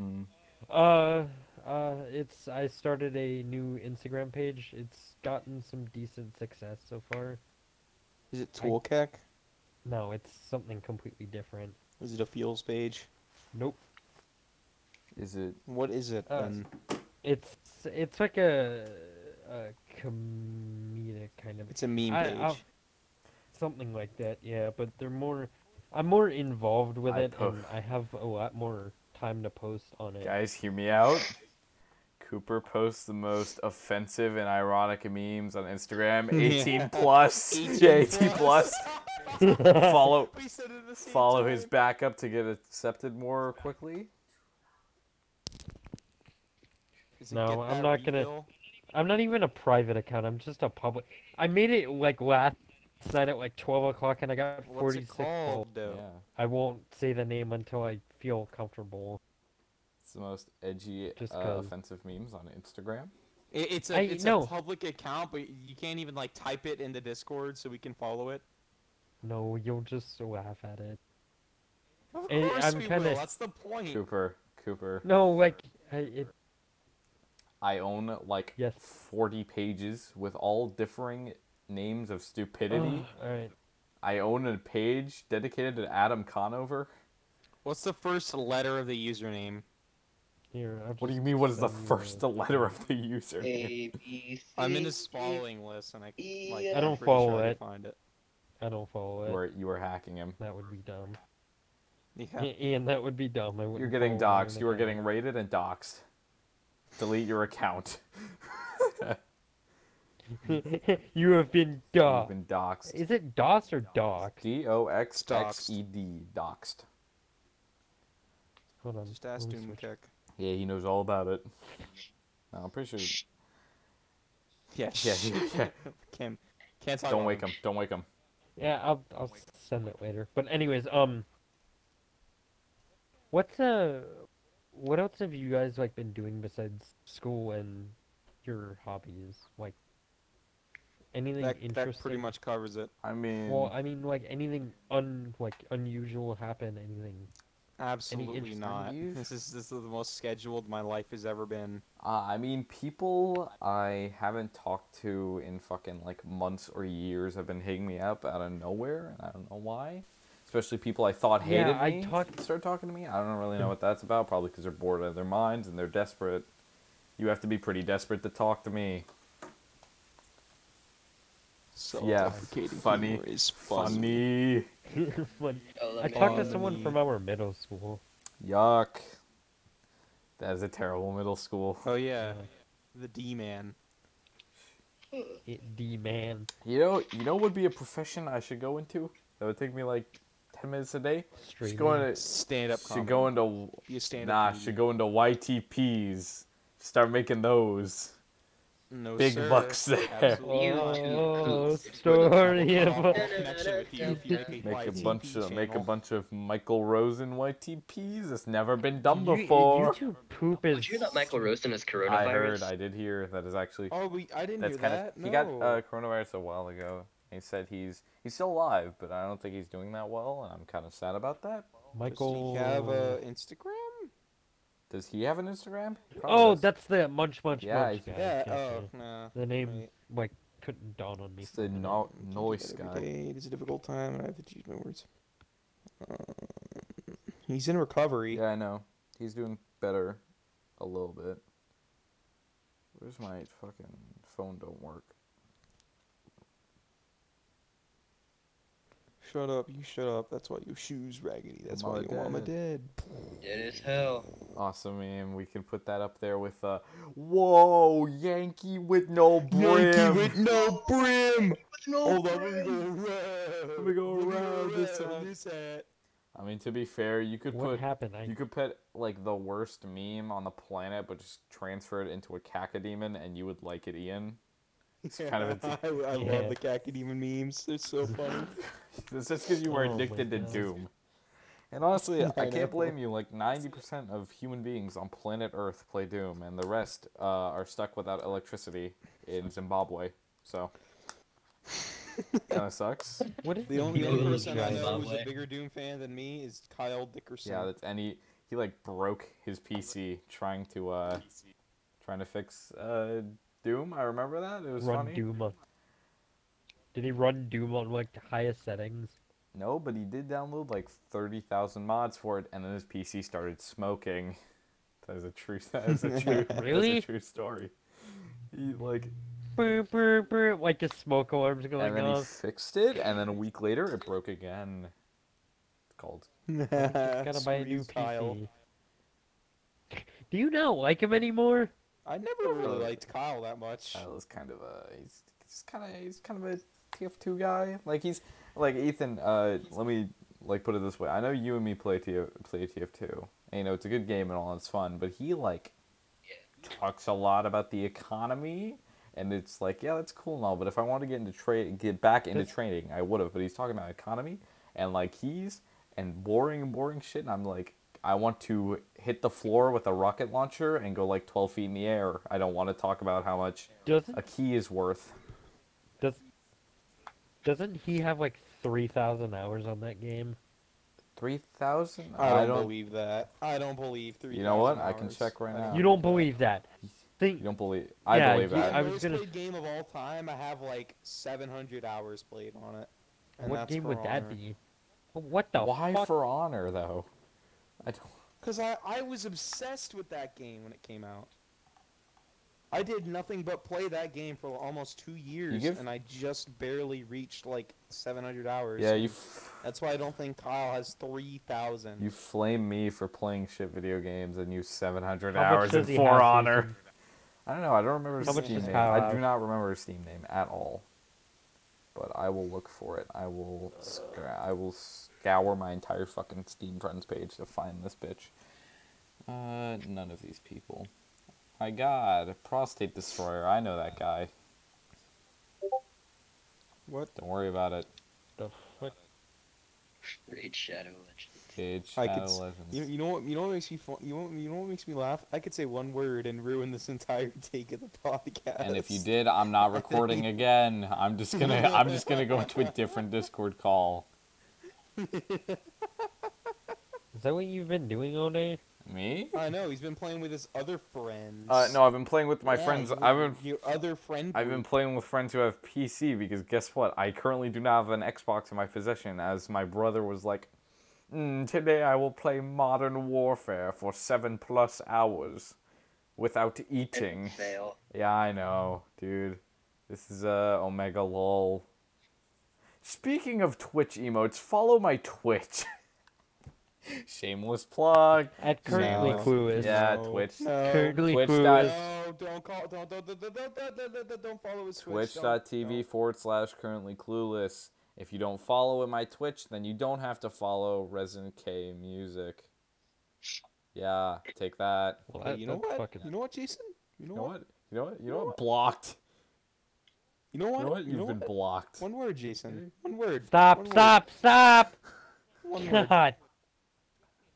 A: Mm.
B: Uh, uh, it's I started a new Instagram page. It's gotten some decent success so far.
C: Is it Toolkek?
B: No, it's something completely different.
C: Is it a feels page?
B: Nope.
A: Is it
C: What is it
B: Uh,
C: then?
B: It's it's like a a comedic kind of
C: It's a meme
B: I-
C: page.
B: I'll- something like that. Yeah, but they're more I'm more involved with
A: I
B: it
A: po-
B: and I have a lot more time to post on it.
A: Guys, hear me out. Cooper posts the most offensive and ironic memes on Instagram. 18 plus. 18, 18 plus. follow
C: we said it at the same
A: follow his
C: time.
A: backup to get accepted more quickly.
C: Is it
B: No,
C: get
B: I'm
C: that
B: not gonna-
C: refill?
B: I'm not even a private account. I'm just a public. I made it like last night at like 12 o'clock, and I got
C: What's
B: 46
C: it
B: followers.
C: called though?
A: Yeah.
B: I won't say the name until I feel comfortable.
A: It's the most edgy,
B: Just
A: uh,
B: 'cause.
A: offensive memes on Instagram.
C: It, it's a
B: I-
C: it's
B: no.
C: a public account, but you can't even like type it in the Discord so we can follow it.
B: No, you'll just laugh at it.
C: Of
B: Eh,
C: course
B: I'm
C: we
B: kinda-
C: will. That's the point.
A: Cooper, Cooper.
B: No, like I, it,
A: I own like
B: Yes.
A: 40 pages with all differing names of stupidity.
B: all right.
A: I own a page dedicated to Adam Conover.
C: What's the first letter of the username?
B: Here, I'll
A: What do
B: just
A: you mean? What is the
B: send you
A: first
B: a-
A: letter of the user?
D: A B C. E,
C: I'm in his following list, and I like,
D: I
C: I'm
B: E don't
C: pretty
B: follow
C: sure I can
B: it.
C: Find it.
B: I don't follow it.
A: You are you are hacking him.
B: That would be dumb.
C: Yeah.
B: Yeah. Ian, that would be dumb. I
A: You're
B: wouldn't
A: getting
B: follow anyone
A: doxxed. You are
B: again.
A: getting raided and doxxed. Delete your account.
B: you have been
A: You've
B: doxed.
A: been doxxed.
B: Is it DOS or doc?
A: D O X X E D doxxed.
B: Hold on.
C: Just ask
B: let me switch.
C: Doomkick.
A: Yeah, he knows all about it. No, I'm pretty sure.
C: Yeah.
A: Yeah, yeah, yeah.
C: Kim, can't talk.
A: Don't
C: about
A: wake him. Don't wake him.
B: Yeah, I'll I'll send it later. But anyways, um, what's uh, what else have you guys like been doing besides school and your hobbies? Like anything
C: That,
B: interesting?
C: that pretty much covers it.
A: I mean,
B: Well, I mean, like anything un like unusual happen? Anything?
C: Absolutely
B: interesting
C: not.
A: news?
C: This is this is the most scheduled my life has ever been.
A: Uh, I mean, people I haven't talked to in fucking like months or years have been hitting me up out of nowhere, and I don't know why. Especially people I thought
B: Yeah,
A: hated
B: I
A: me
B: talked-
A: start talking to me. I don't really know what that's about. Probably because they're bored out of their minds and they're desperate. You have to be pretty desperate to talk to me.
C: So
A: Yeah,
C: complicated
A: funny,
C: humor is fun.
A: Funny.
B: Funny.
D: Oh, let
B: I
D: me-
B: talked to someone from
C: Funny.
B: our middle school.
A: Yuck. That is a terrible middle school.
C: Oh yeah, the D man.
B: It, the man.
A: You know, you know, what would be a profession I should go into. That would take me like ten minutes a day.
B: Streaming.
A: Should go into.
C: Stand up comedy.
A: Should go into.
C: Be a stand
A: Nah,
C: up.
A: should go into YTPs. Start making those.
C: No,
A: big
C: sir.
A: bucks there.
C: Absolutely
D: You
C: not.
D: two
B: Oh,
D: coots.
B: story
C: I'll
B: of
C: have
B: a-
C: a connection with you if you
A: Make
C: make
A: a
C: YTP
A: bunch of make a
C: channel.
A: bunch of Michael Rosen YTPs. It's never been done
B: You-
A: before.
B: YouTube poop
D: Did
B: is.
D: you hear that Michael Rosen has coronavirus?
A: I heard. I did hear that is actually
C: Oh, we, I didn't
A: that's
C: hear
A: kind
C: that.
A: of
C: No.
A: he got uh, coronavirus a while ago. He said he's he's still alive, but I don't think he's doing that well, and I'm kind of sad about that.
B: Michael.
C: Does he have a Instagram?
A: Does he have an Instagram? He probably
B: oh,
A: does.
B: that's the munch munch
A: Yeah,
B: munch
A: I-
B: guy.
C: Yeah.
B: gotcha.
C: Oh, no.
B: the name
C: right.
B: like couldn't dawn on me.
A: It's
B: for a
A: the
B: minute.
A: no-
C: I do
A: noise
C: that every
A: guy.
C: day. It is a difficult time, and I have to choose my words. Um, he's in recovery.
A: Yeah, I know. He's doing better, a little bit. Where's my fucking phone? Don't work.
C: Shut up, you shut up. That's why your shoes raggedy. That's why
A: Mama
C: your mama dead.
D: Dead as hell.
A: Awesome, and we can put that up there with uh, whoa, Yankee with no brim.
C: Yankee with no brim.
D: No
C: Hold on, let me go around.
A: Let me go
C: Let me
A: around this hat.
C: this hat.
A: I mean, to be fair, you could
B: What
A: put
B: happened? I
A: You could put like the worst meme on the planet, but just transfer it into a cacodemon, and you would like it, Ian. It's kind of a.
C: I, I
B: Yeah.
C: love the cacodemon memes. They're so funny.
A: It's just because you were
B: Oh my
A: addicted to
B: God.
A: doom. And honestly, I
C: I know.
A: can't blame you. Like ninety percent of human beings on planet Earth play Doom, and the rest uh, are stuck without electricity in Zimbabwe. So, kind of sucks.
B: what is
C: The only
D: Yeah,
C: other
D: it was
C: person I
D: Johnny
C: know who's a
D: Bobway.
C: bigger Doom fan than me is Kyle Dickerson.
A: Yeah, that's any. He like broke his PC trying to uh, trying to fix uh, Doom. I remember that. It was
B: run
A: funny.
B: Doom on? Did he run Doom on like the highest settings?
A: No, but he did download like 30,000 mods for it, and then his PC started smoking. That is a true. That is a true.
B: Really?
A: That's a true story. He like,
B: Brr, brr, brr, like oh, his smoke alarms going
A: and then he
B: off.
A: fixed it, and then a week later it broke again. It's called.
B: Gotta buy a new
C: Sweet Kyle.
B: PC. Do you not like him anymore?
C: I never really
A: Really? Oh.
C: liked Kyle that much.
A: Kyle is kind of a. He's, he's kind of. He's kind of a TF2 guy. Like he's like Ethan. Uh, let me like put it this way. I know you and me play TF, play TF2. And, you know it's a good game and all. It's fun, but he like talks a lot about the economy and it's like yeah that's cool and all but if i wanted to get into trade get back into
B: That's-
A: trading i would have but he's talking about economy and like he's and boring and boring shit and i'm like i want to hit the floor with a rocket launcher and go like 12 feet in the air i don't want to talk about how much
B: Doesn't
A: a key is worth
B: does doesn't he have like three thousand hours on that game?
A: 3000
C: I, don't believe that. I don't believe three.
A: You know what? I can check right now.
B: You don't believe that. Think
A: you don't believe i
B: Yeah,
A: believe
B: you-
A: that
B: I
C: I
B: was
C: was
B: gonna-
C: played game of all time. I have like 700 hours played on it. And
B: what
C: that's
B: game
C: for
B: would that
C: honor.
B: be? What the
A: why
B: fuck?
A: for honor though i don't
C: Because I, I was obsessed with that game when it came out. I did nothing but play that game for almost two years,
A: give-
C: and I just barely reached like 700 hours.
A: yeah
C: and
A: you f-
C: That's why I don't think Kyle has 3,000.
A: You flame me for playing shit video games and you 700
B: How much
A: hours
B: does
A: in
B: he
A: For
B: have,
A: Honor.
B: Ethan?
A: I don't know. I don't remember his
B: How much
A: Steam
B: does
A: name.
B: Kyle
A: I
B: have?
A: do not remember his Steam name at all. But I will look for it. I will. Sc- I will scour my entire fucking Steam friends page to find this bitch. Uh, none of these people. My God, prostate destroyer. I know that guy.
C: What?
A: Don't worry about it.
B: The fuck?
D: Raid Shadow Legends.
A: Age
C: I
A: Shadow
C: could, s-
A: Legends.
C: you, you know what you know what makes me fun, you know, you know what makes me laugh? I could say one word and ruin this entire take of the podcast.
A: And if you did, I'm not recording again. I'm just gonna I'm just gonna go into a different Discord call.
B: Is that what you've been doing all day?
A: Me?
C: I know he's been playing with his other friends.
A: Uh, no, I've been playing with my
C: Yeah,
A: friends.
C: your-
A: I've been
C: your other friend.
A: I've been
C: group.
A: playing with friends who have PC because guess what? I currently do not have an Xbox in my possession, as my brother was like, mm, "Today I will play Modern Warfare for seven plus hours, without
D: And
A: eating."
D: Fail.
A: Yeah, I know, dude. This is uh Omega lol. Speaking of Twitch emotes, follow my Twitch. Shameless plug.
B: At currently
C: No.
B: Clue is
A: Yeah,
C: No.
A: Twitch.
C: No.
B: currently
A: Twitch
B: Clue
A: dot-
B: is
C: No, don't call. Don't don't don't don't, don't, don't, don't, don't, don't follow his Twitch. Don't-
A: Twitch.tv forward slash currently clueless. If you don't follow in my Twitch, then you don't have to follow Resident K Music. Yeah, take that.
B: Well,
C: Hey,
B: that-
C: you know
B: that's
C: what?
B: fucking-
C: You know what, Jason? You know,
A: You know
C: what?
A: what? You know what? You know
C: You know
A: what? Blocked.
C: You know what?
A: You know what? You've been blocked.
C: One word, Jason. One word.
B: Stop!
C: One word.
B: Stop! Stop!
C: One word. One
B: God
C: word, and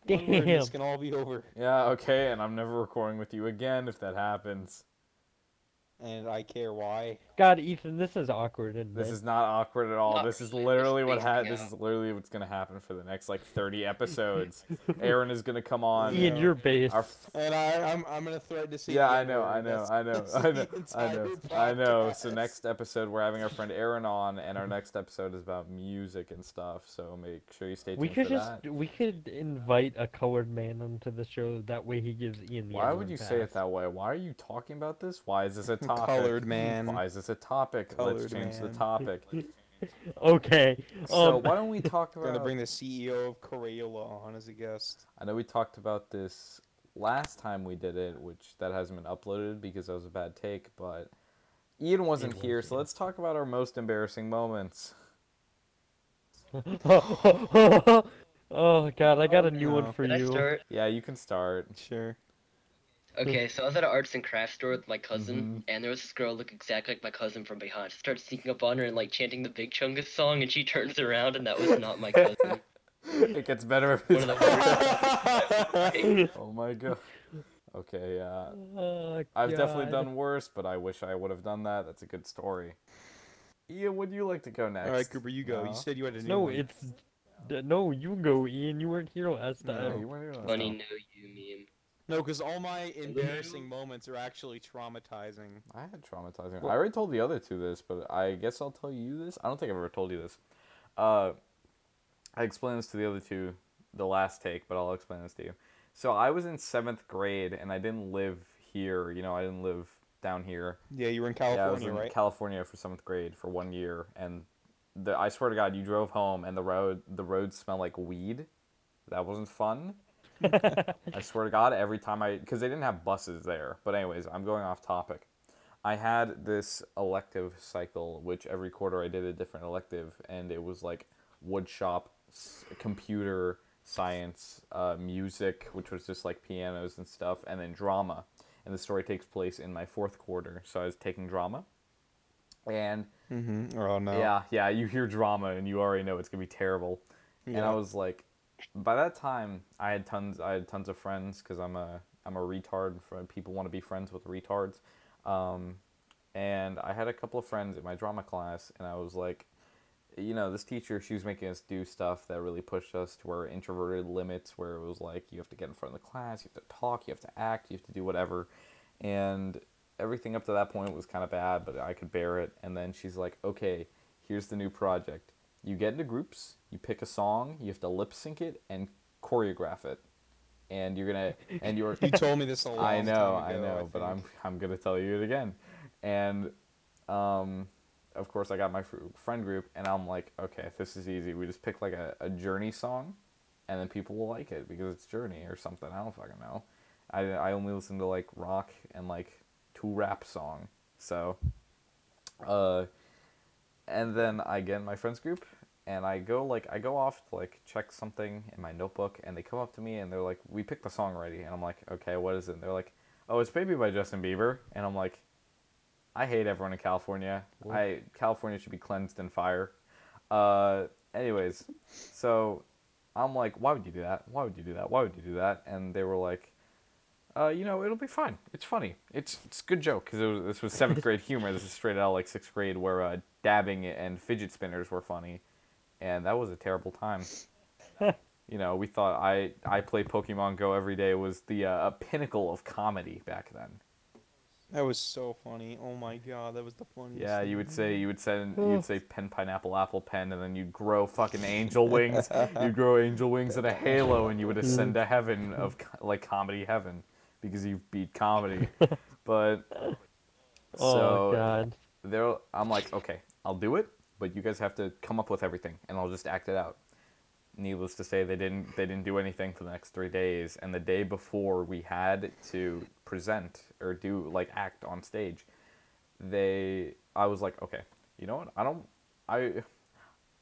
B: damn!
C: This can all be over,
A: Yeah, okay, and I'm never recording with you again if that happens.
C: and I care why.
B: God, Ethan, this is awkward, isn't
A: This
B: it?
A: is not awkward at all.
D: Not
A: This is
D: really,
A: literally
D: just
A: what ha-
D: spacing
A: this
D: out.
A: is literally what's gonna happen for the next like 30 episodes. Aaron is gonna come on.
B: Ian,
C: no.
B: you're based.
A: Our
C: And I, I'm, I'm gonna threaten to see.
A: Yeah,
C: the
A: I
C: N
A: know,
C: word.
A: I know,
C: That's-
A: I know,
C: that's
A: I
C: the
A: know, I know,
C: entire
A: I know. So
C: podcast.
A: next episode we're having our friend Aaron on, and our next episode is about music and stuff. So make sure you stay tuned
B: we could
A: for
B: just
A: that.
B: we could invite a colored man onto the show. That way, he gives Ian the.
A: Why
B: N
A: would
B: word
A: you say it
B: pass.
A: that way? Why are you talking about this? Why is this a topic?
C: Colored man.
A: Why is this a topic? Let's
C: Colored
A: change the
C: man.
A: topic.
B: Um, Okay.
A: so
B: um,
A: why don't we talk
C: We're gonna
A: about?
C: bring the CEO of Crayola on as a guest.
A: I know we talked about this last time we did it, which that hasn't been uploaded because that was a bad take, but. Ian wasn't here, so let's talk about our most embarrassing moments.
B: oh god, I got a new one
C: no.
B: for
D: Did I
B: you.
D: start?
A: Yeah, you can start.
C: Sure.
D: Okay, so I was at an arts and crafts store with my cousin,
B: Mm-hmm.
D: and there was this girl who looked exactly like my cousin from behind. She started sneaking up on her and like chanting the Big Chungus song, and she turns around, and that was not my cousin.
A: it gets better every
D: One of
A: time.
D: the worst.
A: Oh my god. Okay, yeah.
B: Oh,
A: I've definitely
B: God.
A: done worse, but I wish I would have done that. That's a good story. Ian, would you like to go next?
C: All right, Cooper, you go.
A: No?
C: You said you had a new
B: No,
C: one.
B: it's d- no. You go, Ian. You weren't here last
C: No,
B: time.
A: Yeah, you weren't here last
D: Funny
A: time.
D: no you meme.
C: No, because all my embarrassing moments are actually traumatizing.
A: I had traumatizing.
B: Well-
A: I already told the other two this, but I guess I'll tell you this. I don't think I've ever told you this. Uh, I explained this to the other two the last take, but I'll explain this to you. So I was in seventh grade, and I didn't live here. You know, I didn't live down here.
C: Yeah, you were in
A: Yeah, I was
C: California,
A: in
C: right?
A: California for seventh grade for one year, and the I swear to God, you drove home and the road the road smelled like weed. That wasn't fun. I swear to God, every time I because they didn't have buses there. But anyways, I'm going off topic. I had this elective cycle, which every quarter I did a different elective, and it was like wood shop, s- computer science, uh, music, which was just like pianos and stuff, and then drama. And the story takes place in my fourth quarter, so I was taking drama. And
C: mm-hmm. Oh no.
A: yeah, yeah, you hear drama and you already know it's gonna be terrible. And I
C: Yeah.
A: was like, by that time, I had tons, I had tons of friends because I'm a, I'm a retard. fr- People want to be friends with retards. Um, and I had a couple of friends in my drama class, and I was like, you know, this teacher, she was making us do stuff that really pushed us to our introverted limits, where it was like, you have to get in front of the class, you have to talk, you have to act, you have to do whatever. And everything up to that point was kind of bad, but I could bear it. And then she's like, okay, here's the new project. You get into groups, you pick a song, you have to lip sync it and choreograph it. And you're gonna, and you're,
C: You told me this a long
A: I
C: time
A: know,
C: ago.
A: I know, but I'm
C: think.
A: I'm gonna tell you it again, and um, of course I got my fr- friend group, and I'm like, okay, this is easy. We just pick like a, a Journey song, and then people will like it because it's Journey or something. I don't fucking know. I I only listen to like rock and like two rap song, so uh, and then I get in my friends group and I go like I go off to like check something in my notebook and they come up to me and they're like, "We picked the song already," and I'm like, "Okay, what is it?" And they're like, "Oh, it's Baby by Justin Bieber," and I'm like, "I hate everyone in California. I California should be cleansed in fire." Uh, anyways, so I'm like, "Why would you do that? Why would you do that? Why would you do that?" And they were like, uh, you know, it'll be fine. It's funny. It's it's a good joke because was, this was seventh grade humor. This is straight out of, like sixth grade where uh, dabbing and fidget spinners were funny, and that was a terrible time. you know, we thought I I play Pokemon Go every day was the uh, a pinnacle of comedy back then.
C: That was so funny. Oh my god, that was the funniest.
A: Yeah,
C: thing.
A: you would say you would send you'd say pen pineapple apple pen, and then you'd grow fucking angel wings. you'd grow angel wings and a halo, and you would ascend to heaven of co- like comedy heaven because you beat comedy. But
B: Oh
A: so
B: god.
A: there I'm like, okay, I'll do it, but you guys have to come up with everything, and I'll just act it out. needless to say, they didn't they didn't do anything for the next three days. And the day before we had to present or do like act on stage, they I was like, okay, you know what? I don't I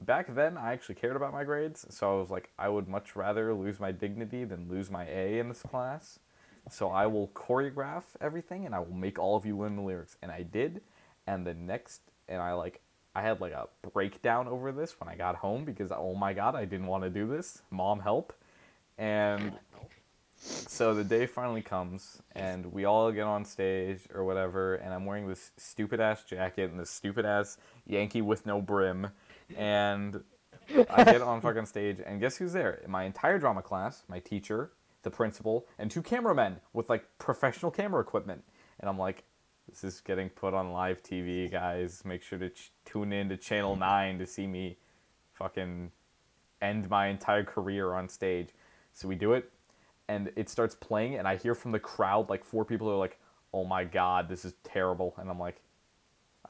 A: back then I actually cared about my grades, so I was like, I would much rather lose my dignity than lose my A in this class. So I will choreograph everything and I will make all of you learn the lyrics. And I did. And the next and I like I had like a breakdown over this when I got home because oh my god, I didn't want to do this. Mom help. And so the day finally comes and we all get on stage or whatever and i'm wearing this stupid ass jacket and this stupid ass yankee with no brim and i get on fucking stage and guess who's there my entire drama class my teacher the principal and two cameramen with like professional camera equipment and i'm like this is getting put on live tv guys make sure to ch- tune in to channel 9 to see me fucking end my entire career on stage so we do it and it starts playing and i hear from the crowd like four people are like oh my god this is terrible and i'm like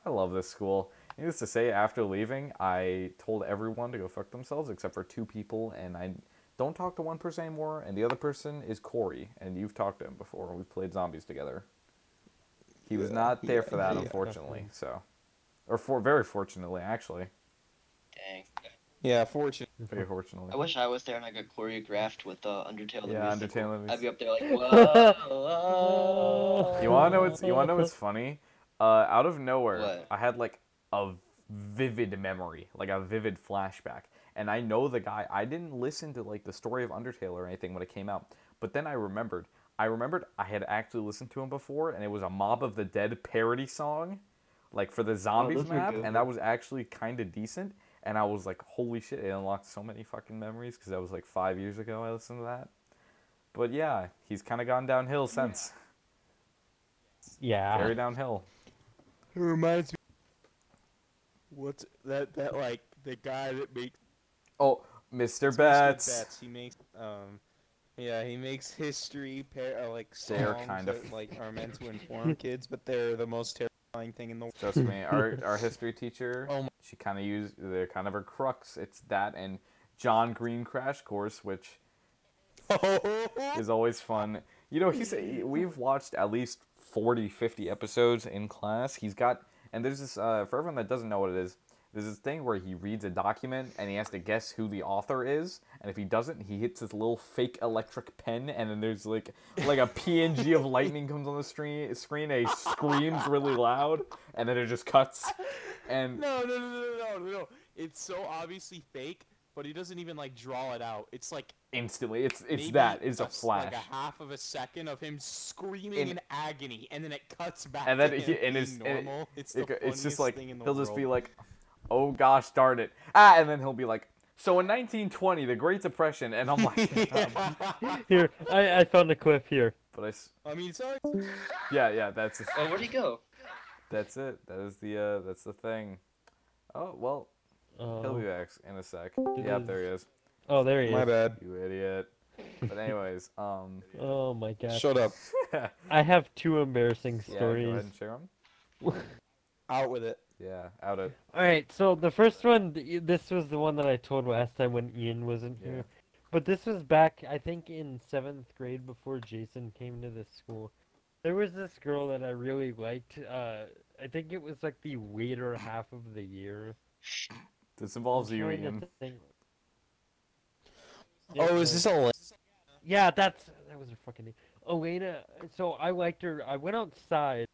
A: i love this school needless to say after leaving i told everyone to go fuck themselves except for two people and i don't talk to one person anymore and the other person is corey and you've talked to him before we've played zombies together he was
C: Yeah,
A: not there
C: yeah,
A: for that
C: yeah,
A: unfortunately so or for very fortunately actually
D: Dang.
C: Yeah, fortunate.
A: very
D: I
A: fortunately
D: wish I was there and I got choreographed with uh, Undertale the
A: Yeah,
D: musical.
A: Undertale the
D: I'd be up there like, whoa, whoa.
A: you want to know what's you want to know what's funny uh, out of nowhere
D: What?
A: i had like a vivid memory like a vivid flashback and i know the guy i didn't listen to like the story of undertale or anything when it came out but then i remembered i remembered i had actually listened to him before and it was a mob of the dead parody song like for the zombies
D: Oh, those were
A: map
D: good.
A: and that was actually kind of decent and i was like holy shit it unlocked so many fucking memories because that was like five years ago i listened to that but yeah he's kind of gone downhill since
B: Yeah.
A: very downhill
C: It reminds me. What's that? That like the guy that makes
A: Oh, Mr.
C: Mr.
A: Betts.
C: Betts, He makes um, yeah, he makes history pair uh, like
A: They're
C: songs
A: kind
C: that
A: of-
C: like are meant to inform kids, but they're the most terrifying thing in the world.
A: Trust me, our our history teacher,
C: Oh my-
A: she kind of used they're kind of her crux. It's that and John Green Crash Course, which is always fun. You know, he's we've watched at least 40, 50 episodes in class. He's got and there's this uh, for everyone that doesn't know what it is. There's this thing where he reads a document and he has to guess who the author is, and if he doesn't, he hits this little fake electric pen, and then there's like like a PNG of lightning comes on the screen, screen, and he screams really loud, and then it just cuts. And
C: No, no, no, no, no, no, no. It's so obviously fake, but he doesn't even like draw it out. It's like
A: instantly, it's it's
C: maybe
A: that it's a
C: s-
A: flash.
C: like a half of a second of him screaming
A: In-
C: in, agony, and then it cuts back.
A: And then
C: to
A: it-
C: him
A: he- and
C: being
A: it's- and it-
C: normal. it's
A: It
C: the
A: go- it's
C: funniest
A: just like
C: thing in
A: he'll
C: the
A: just be
C: world.
A: like, "Oh gosh, darn it!" Ah, and then he'll be like, "So in 1920, the Great Depression," and I'm like, um,
B: Here, I, I found a clip here.
A: "But I, s-
C: I mean, it's always
A: yeah, yeah, that's it.
D: Oh, where'd he go?
A: that's it. That is the uh, that's the thing." Oh well, he'll be
C: Uh-huh.
B: Oh,
A: back in a sec. Yep, there he is.
B: oh there he is.
C: bad.
A: You idiot. But anyways, um,
B: Oh my gosh.
C: Shut up.
A: yeah,
B: I have two embarrassing
A: go ahead
B: stories.
A: and share 'em.
C: Out with it.
A: Yeah, out of
B: All right, so the first one, th- this was the one that I told last time when Ian wasn't
A: Yeah.
B: here, but this was back I think in seventh grade before Jason came to this school. There was this girl that I really liked. Uh, I think it was like the later half of the year.
A: this involves you,
B: Trying to
A: Ian.
B: think-
C: Oh, is
B: Yeah,
C: this a?
B: Yeah, that's that was her fucking name. Elena. So I liked her. I went outside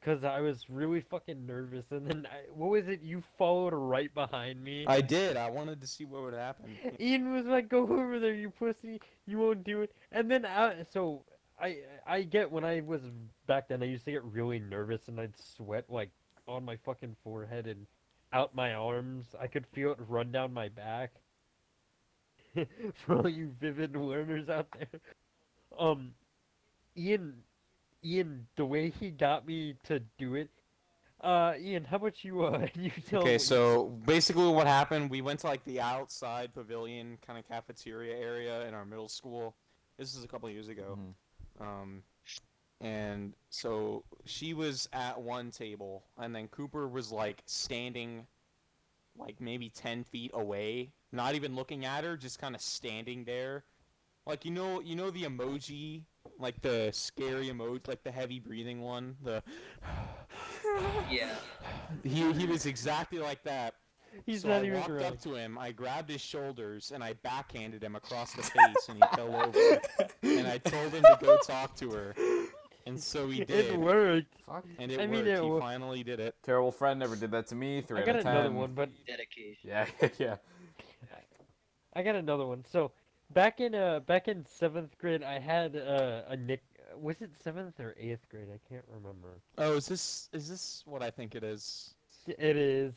B: because I was really fucking nervous, and then I, what was it? You followed her right behind me.
C: I did. I wanted to see what would happen.
B: Ian was like, "Go over there, you pussy. You won't do it." And then, I, so I, I get when I was back then, I used to get really nervous, and I'd sweat like on my fucking forehead and out my arms. I could feel it run down my back. For all you vivid learners out there, um, Ian, Ian, the way he got me to do it, uh, Ian, how about you, uh, you tell him what
C: Okay,
B: you
C: so basically what happened, we went to like the outside pavilion kind of cafeteria area in our middle school. This is a couple years ago.
A: Mhm.
C: Um, and so she was at one table, and then Cooper was like standing like maybe 10 feet away, not even looking at her, just kind of standing there. Like you know, you know the emoji, like the scary emoji, like the heavy breathing one. The
A: Mm-hmm.
D: Yeah.
C: he he was exactly like that.
B: He's
C: so
B: not
C: I
B: even
C: walked
B: really.
C: up to him, I grabbed his shoulders, and I backhanded him across the face, and he fell over. And I told him to go talk to her, and so he did.
B: It worked.
A: Fuck.
C: And it
B: I mean,
C: worked.
B: it
C: he
B: wo-
C: finally did it.
A: Terrible friend never did that to me. Three
B: I
A: out
B: got
A: of ten.
B: another one, but
D: Dedication.
A: Yeah, yeah.
B: I got another one. So back in uh back in seventh grade, I had uh, a nick. Was it seventh or eighth grade? I can't remember.
C: Oh, is this is this what I think it is?
B: It is.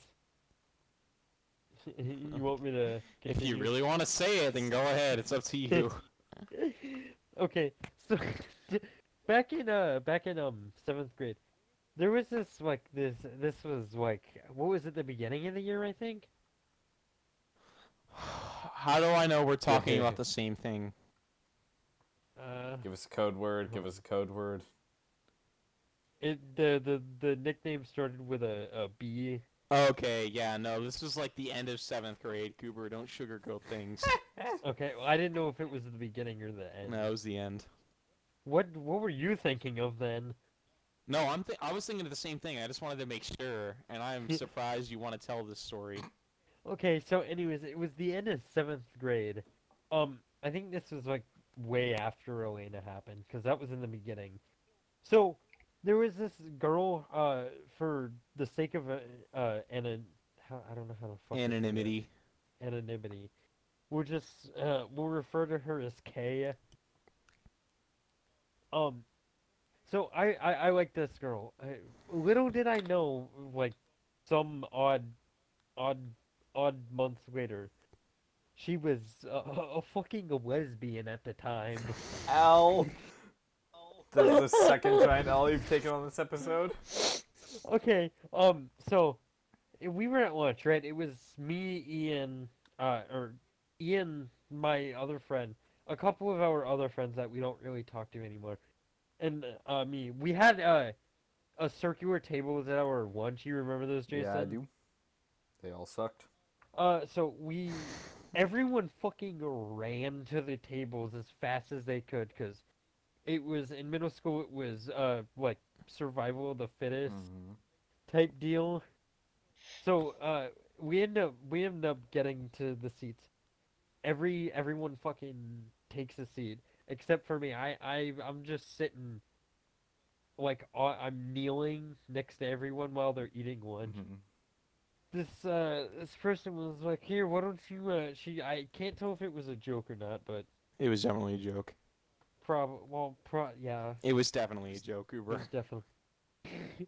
B: you want me to?
C: If you
B: continue?
C: really want to say it, then go ahead. It's up to you.
B: okay, so back in uh back in um seventh grade, there was this like this this was like what was it the beginning of the year I think.
C: How do I know we're talking about the same thing?
B: Uh,
A: Give us a code word. Give us a code word.
B: it the the the nickname started with a a B.
C: Okay, yeah, no, this was like the end of seventh grade. Cooper, don't sugarcoat things.
B: Okay, well, I didn't know if it was the beginning or the end.
C: no, it was the end.
B: What what were you thinking of then?
C: No, I'm th- I was thinking of the same thing. I just wanted to make sure, and I'm surprised you want to tell this story.
B: Okay, so anyways, it was the end of seventh grade. Um, I think this was like way after Elena happened because that was in the beginning. So there was this girl. Uh, for the sake of uh, uh, anon, how, I don't know how to fuck this word.
C: Anonymity.
B: Anonymity. We'll just uh, we'll refer to her as K. Um, so I I, I like this girl. I, little did I know, like some odd, odd, odd months later, she was a, a fucking lesbian at the time.
A: L. That's the second giant L you've taken on this episode.
B: okay. Um. So, eh, we were at lunch, right? It was me, Ian, uh, or Ian, my other friend, a couple of our other friends that we don't really talk to anymore, and uh, me. We had uh, a circular table at our lunch. You remember those, Jason?
A: Yeah, I do. They all sucked.
B: Uh, so we, everyone fucking ran to the tables as fast as they could because it was in middle school. It was uh like survival of the fittest
A: Mm. Mm-hmm.
B: type deal. So uh, we end up we end up getting to the seats. Every everyone fucking takes a seat except for me. I I I'm just sitting. Like uh, I'm kneeling next to everyone while they're eating lunch
A: Mm-hmm.
B: this uh this person was like, "Here, why don't you?" Uh, she I can't tell if it was a joke or not, but
C: It was definitely a joke.
B: prob well, pro yeah,
C: It was definitely a joke,
B: it was
C: Cooper.
B: definitely.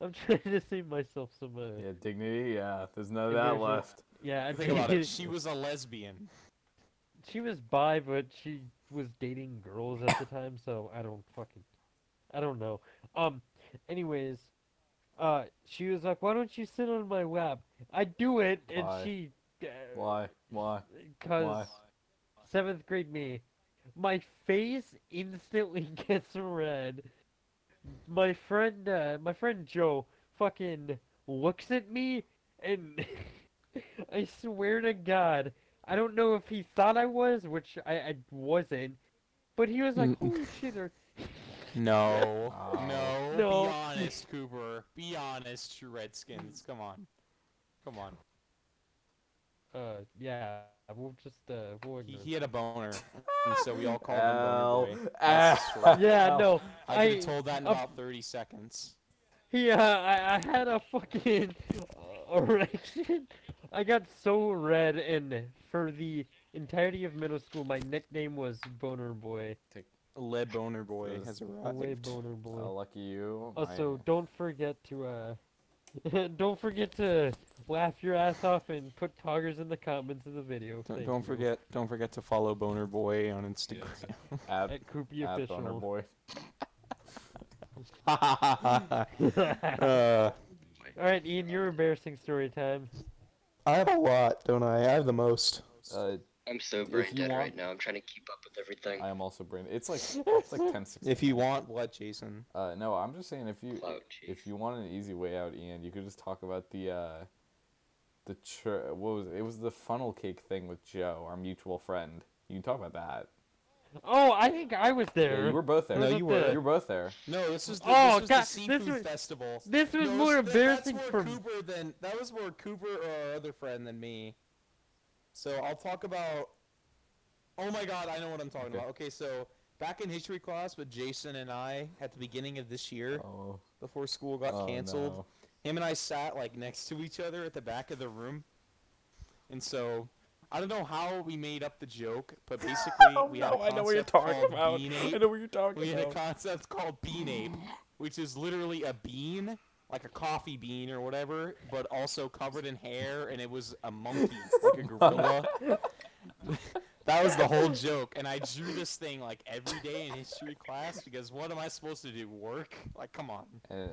B: I'm trying to save myself some. Uh, yeah,
A: Yeah, dignity. Yeah, there's none of
B: Yeah,
A: that
B: there's no-
A: left.
B: I
C: Think about it.
B: She...
C: She was a lesbian.
B: she was bi, but she was dating girls at the time, so I don't fucking, I don't know. Um, anyways, uh, she was like, "Why don't you sit on my lap?" I do it, and
A: Why?
B: she. Uh,
A: Why? Why?
B: Because
A: Why?
B: seventh grade me, my face instantly gets red. My friend, uh, my friend Joe, fucking looks at me, and I swear to God, I don't know if he thought I was, which I, I wasn't, but he was like,
C: Mm.
B: "Holy shit!" Or,
C: No.
A: Oh.
C: No.
B: No.
C: Be honest, Cooper. Be honest, you Redskins. Come on. Come on.
B: uh, yeah, we'll just uh, we'll
C: He,
B: ignore
C: he had a boner, and so we all called
A: L.
C: him Boner Boy. That's the
A: L.
B: that. Yeah, no,
C: I
B: I,
C: could have told that in
B: up-
C: about 30 seconds.
B: Yeah, I, I had a fucking erection. I got so red, and for the entirety of middle school, my nickname was Boner Boy.
C: Lead Boner Boy
A: Yes.
C: has
B: Away,
C: arrived.
B: Boner
A: Oh,
B: Boy.
A: lucky you. I-
B: Also, don't forget to uh, don't forget to laugh your ass off and put toggers in the comments of the video.
C: Don't,
B: Thank
C: don't
B: you.
C: forget, don't forget to follow Boner Boy on Instagram.
A: at,
B: at Koopy
A: at Boner
B: official.
A: Boy.
C: uh,
B: All right, Ian, your embarrassing story time.
C: I have a lot, don't I? I have the most.
A: Uh,
D: I'm so brain
A: you
D: dead
A: want-
D: right now. I'm trying to keep up with everything.
A: I am also brain. It's like it's like ten sixteen.
C: If you want what, Jason?
A: Uh, no, I'm just saying if you
D: Oh,
A: if
D: jeez.
A: you want an easy way out, Ian, you could just talk about the uh, the chur what was it? it was the funnel cake thing with Joe, our mutual friend. You can talk about that.
B: Oh, I think I was
A: Yeah,
B: there.
A: you were both there.
B: No,
C: you weren't.
A: You were both there.
C: No, this was the,
B: Oh,
C: this was
B: God,
C: the
B: this
C: seafood
B: was-
C: festival.
B: This was
C: No,
B: more
C: that-
B: embarrassing
C: that's
B: for
C: more Cooper than that was more Cooper or our other friend than me. So I'll talk about. Oh my God, I know what I'm talking
A: Okay.
C: about. Okay, so back in history class with Jason and I at the beginning of this year,
A: Oh,
C: before school got
A: oh,
C: canceled,
A: no.
C: him and I sat like next to each other at the back of the room. And so I don't know how we made up the joke, but basically
A: Oh,
C: we had a concept called Bean Ape.
A: know what you're
C: We
A: talking
C: had a concept called Bean Ape, which is literally a bean, like a coffee bean or whatever, but also covered in hair, and it was a monkey, like a gorilla. that was the whole joke, and I drew this thing like every day in history class because what am I supposed to do? Work? Like, come on.
A: And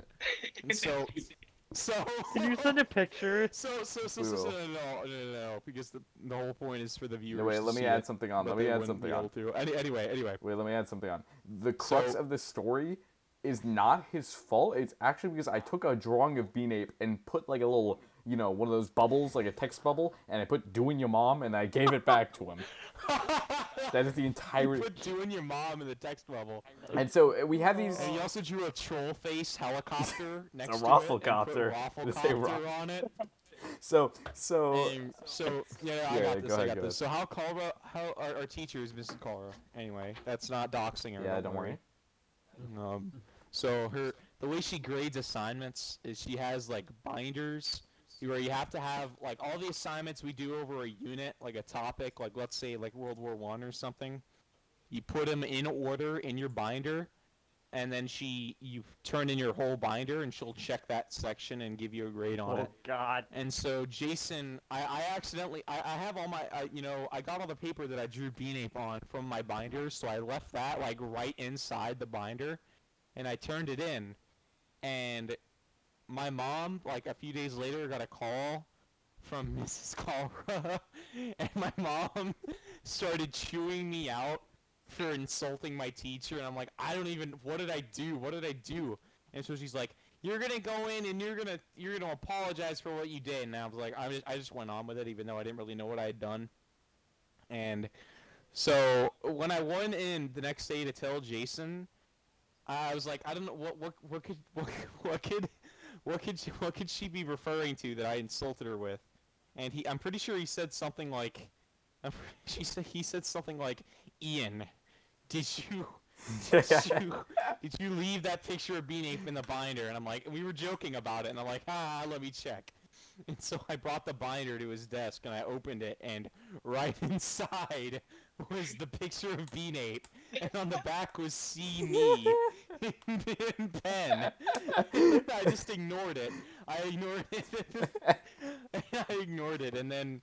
C: And so, so.
B: Can you send a picture?
C: So so so
A: We
C: so, so
A: will.
C: no, no no no no because the, the whole point is for the viewers.
A: no, wait,
C: to
A: let me
C: see
A: add
C: it,
A: something on.
C: but
A: Let me
C: they
A: add
C: wouldn't be
A: something on.
C: able to. Any, anyway anyway.
A: Wait, let me add something on. The crux
C: So-
A: of the story is not his fault. It's actually because I took a drawing of Bean Ape and put like a little, you know, one of those bubbles, like a text bubble, and I put "doing your mom" and I gave it back to him. that is the entire.
C: Put doing your mom in the text bubble,
A: And so uh, we have these.
C: and he also drew a troll face helicopter next to
A: rafflecopter.
C: it, and
A: They
C: put
A: say
C: rafflecopter on it.
A: So so.
C: And so yeah, yeah, I
A: Yeah,
C: got
A: yeah,
C: this.
A: go
C: I
A: ahead,
C: got
A: go
C: this. So how Calra, how our, our teacher is Mrs. Calra. Anyway, that's not doxing her.
A: Yeah, don't worry.
C: Um, so her the way she grades assignments is she has like binders where you have to have like all the assignments we do over a unit, like a topic, like let's say like World War One or something. You put them in order in your binder, and then she you turn in your whole binder, and she'll check that section and give you a grade on
A: Oh,
C: it.
B: God.
C: And so Jason, I, I accidentally, I, I have all my, I, you know, I got all the paper that I drew Bean Ape on from my binder, so I left that like right inside the binder, and I turned it in, and my mom, like a few days later, got a call from Mrs. Calra, and my mom started chewing me out for insulting my teacher, and I'm like, I don't even, what did I do? What did I do? And so she's like, you're gonna go in and you're gonna you're gonna apologize for what you did. And I was like, I just I just went on with it, even though I didn't really know what I had done. And so when I went in the next day to tell Jason, I was like, I don't know what what what could what, what could what could she, what could she be referring to that I insulted her with? And he, I'm pretty sure he said something like, I'm, pre- she said he said something like, Ian, did you? did you, did you leave that picture of Bean Ape in the binder? And I'm like, we were joking about it, and I'm like, ah, let me check. And so I brought the binder to his desk, and I opened it, and right inside was the picture of Bean Ape, and on the back was see me in pen. I just ignored it. I ignored it. I ignored it, and then,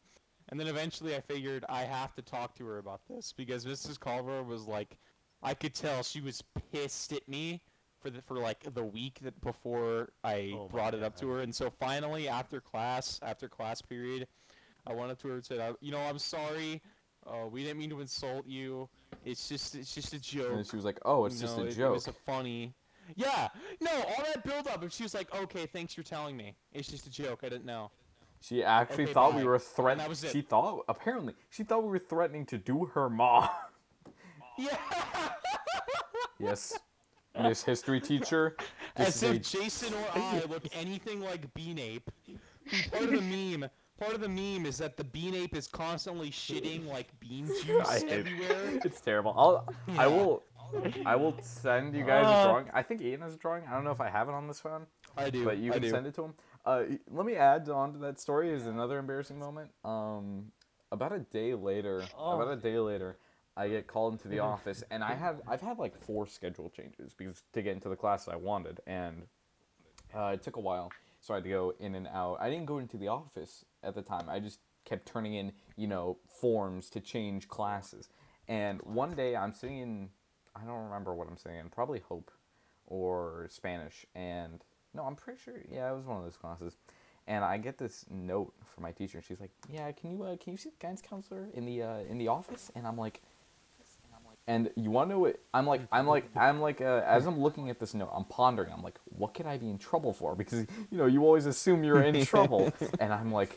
C: and then eventually I figured I have to talk to her about this because Mrs. Culver was like, I could tell she was pissed at me for the, for like the week that before I
B: Oh my
C: brought it up to
B: God.
C: her, and so finally after class, after class period, I went up to her and said, I, "You know, I'm sorry. Uh, we didn't mean to insult you. It's just it's just a joke.
A: And then she was like, "Oh, it's
C: you
A: just
C: know,
A: a
C: it- It
A: joke."
C: was a funny." Yeah, no, all that build up, and she was like, "Okay, thanks for telling me. It's just a joke. I didn't know."
A: She actually
C: Okay,
A: thought
C: bye.
A: we were
C: And that
A: threatening.
C: was it.
A: She thought apparently she thought we were threatening to do her mom.
C: Yeah,
A: yes, Miss History teacher. This is
C: as
A: a-
C: if Jason or I look anything like Bean Ape. Part of the meme. Part of the meme is that the Bean Ape is constantly shitting like bean
A: I
C: juice
A: hate-
C: everywhere.
A: it's terrible. I'll, I
C: Yeah.
A: will, I will send you guys
B: Uh.
A: a drawing. I think Ian has a drawing. I don't know if I have it on this phone,
C: I do.
A: but you
C: I
A: can
C: do.
A: send it to him. Uh, y- let me add on to that story is another embarrassing moment. Um, about a day later,
B: Oh.
A: about a day later, I get called into the
C: Mm-hmm.
A: office, and I have I've had like four schedule changes because to get into the class I wanted, and uh, it took a while, so I had to go in and out. I didn't go into the office at the time. I just kept turning in, you know, forms to change classes. And one day I'm sitting in, I don't remember what I'm sitting in, probably Hope or Spanish. And no, I'm pretty sure, yeah, it was one of those classes. And I get this note from my teacher. and She's like, "Yeah, can you uh, can you see the guidance counselor in the uh, in the office?" And I'm like, and you want to know what? I'm like, I'm like, I'm like, uh, as I'm looking at this note, I'm pondering. I'm like, what could I be in trouble for? Because, you know, you always assume you're in trouble. and I'm like,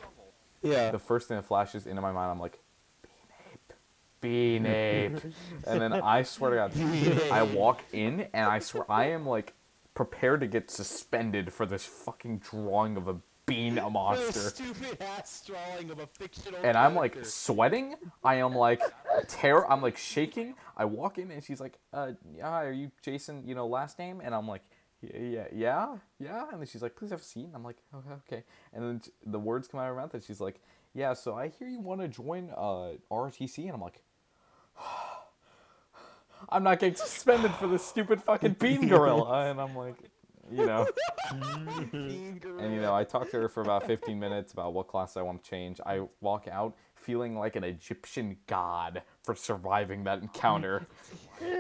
C: Yeah.
A: the first thing that flashes into my mind, I'm like, be an ape, be an ape. and then I swear to God, I walk in and I swear I am like prepared to get suspended for this fucking drawing of a bean a monster.
C: stupid ass drawing of a fictional.
A: And I'm like sweating. I am like terror. I'm like shaking. I walk in and she's like, uh, "Hi, are you Jason? You know last name?" And I'm like, "Yeah, yeah, yeah." yeah." And then she's like, "Please have a seat." And I'm like, "Okay, okay." And then t- the words come out of her mouth and she's like, "Yeah, so I hear you want to join uh, RTC," and I'm like. I'm not getting suspended for this stupid fucking bean gorilla, and I'm like, you know. And you know, I talked to her for about 15 minutes about what class I want to change. I walk out feeling like an Egyptian god for surviving that encounter.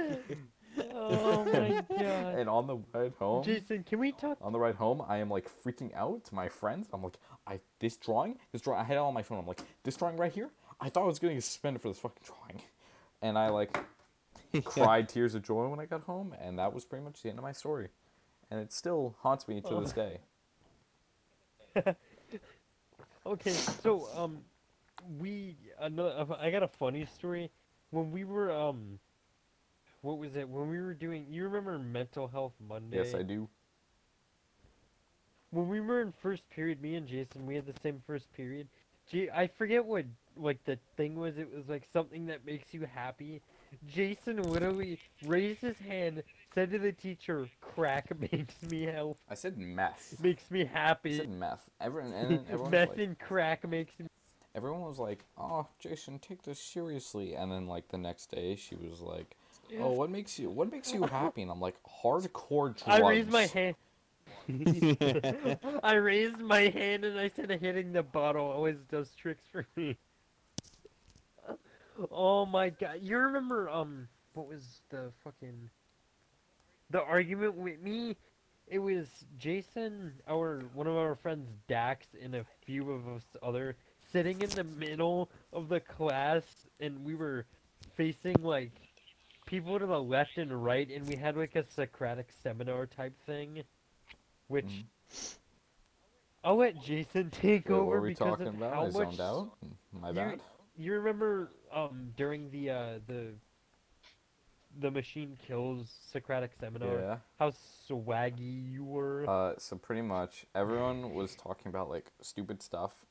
B: Oh my god.
A: and on the ride home,
B: Jason, can we talk?
A: on the ride home, I am like freaking out to my friends. I'm like, I this drawing, this drawing, I had it on my phone. I'm like, this drawing right here, I thought I was getting suspended for this fucking drawing, and I like cried tears of joy when I got home, and that was pretty much the end of my story, and it still haunts me to this day.
B: Okay, so um, we another. uh, I got a funny story. When we were um, what was it? When we were doing, you remember Mental Health Monday?
A: Yes, I do.
B: when we were in first period, me and Jason, we had the same first period. Gee, I forget what like the thing was. It was like something that makes you happy. Jason literally raised his hand, said to the teacher, "Crack makes me help,
A: I said meth.
B: makes me
A: I
B: happy.
A: said meth. Everyone, and then everyone, was
B: Meth
A: like,
B: and crack makes me."
A: everyone was like, "Oh, Jason, take this seriously." And then like the next day, she was like, "Oh, what makes you what makes you happy?" And I'm like, "Hardcore drugs."
B: I raised my hand. I raised my hand and I said, "Hitting the bottle always does tricks for me." Oh my god! You remember um, what was the fucking the argument with me? It was Jason, our one of our friends, Dax, and a few of us other sitting in the middle of the class, and we were facing like people to the left and right, and we had like a Socratic seminar type thing, which
A: Mhm.
B: I'll let Jason take
A: Wait, what
B: over
A: were we
B: because
A: talking
B: of
A: about?
B: how
A: I
B: much
A: zoned out. Mm, My
B: you-
A: bad.
B: you remember um during the uh the the machine kills Socratic seminar
A: Yeah.
B: how swaggy you were.
A: Uh, so pretty much everyone was talking about like stupid stuff,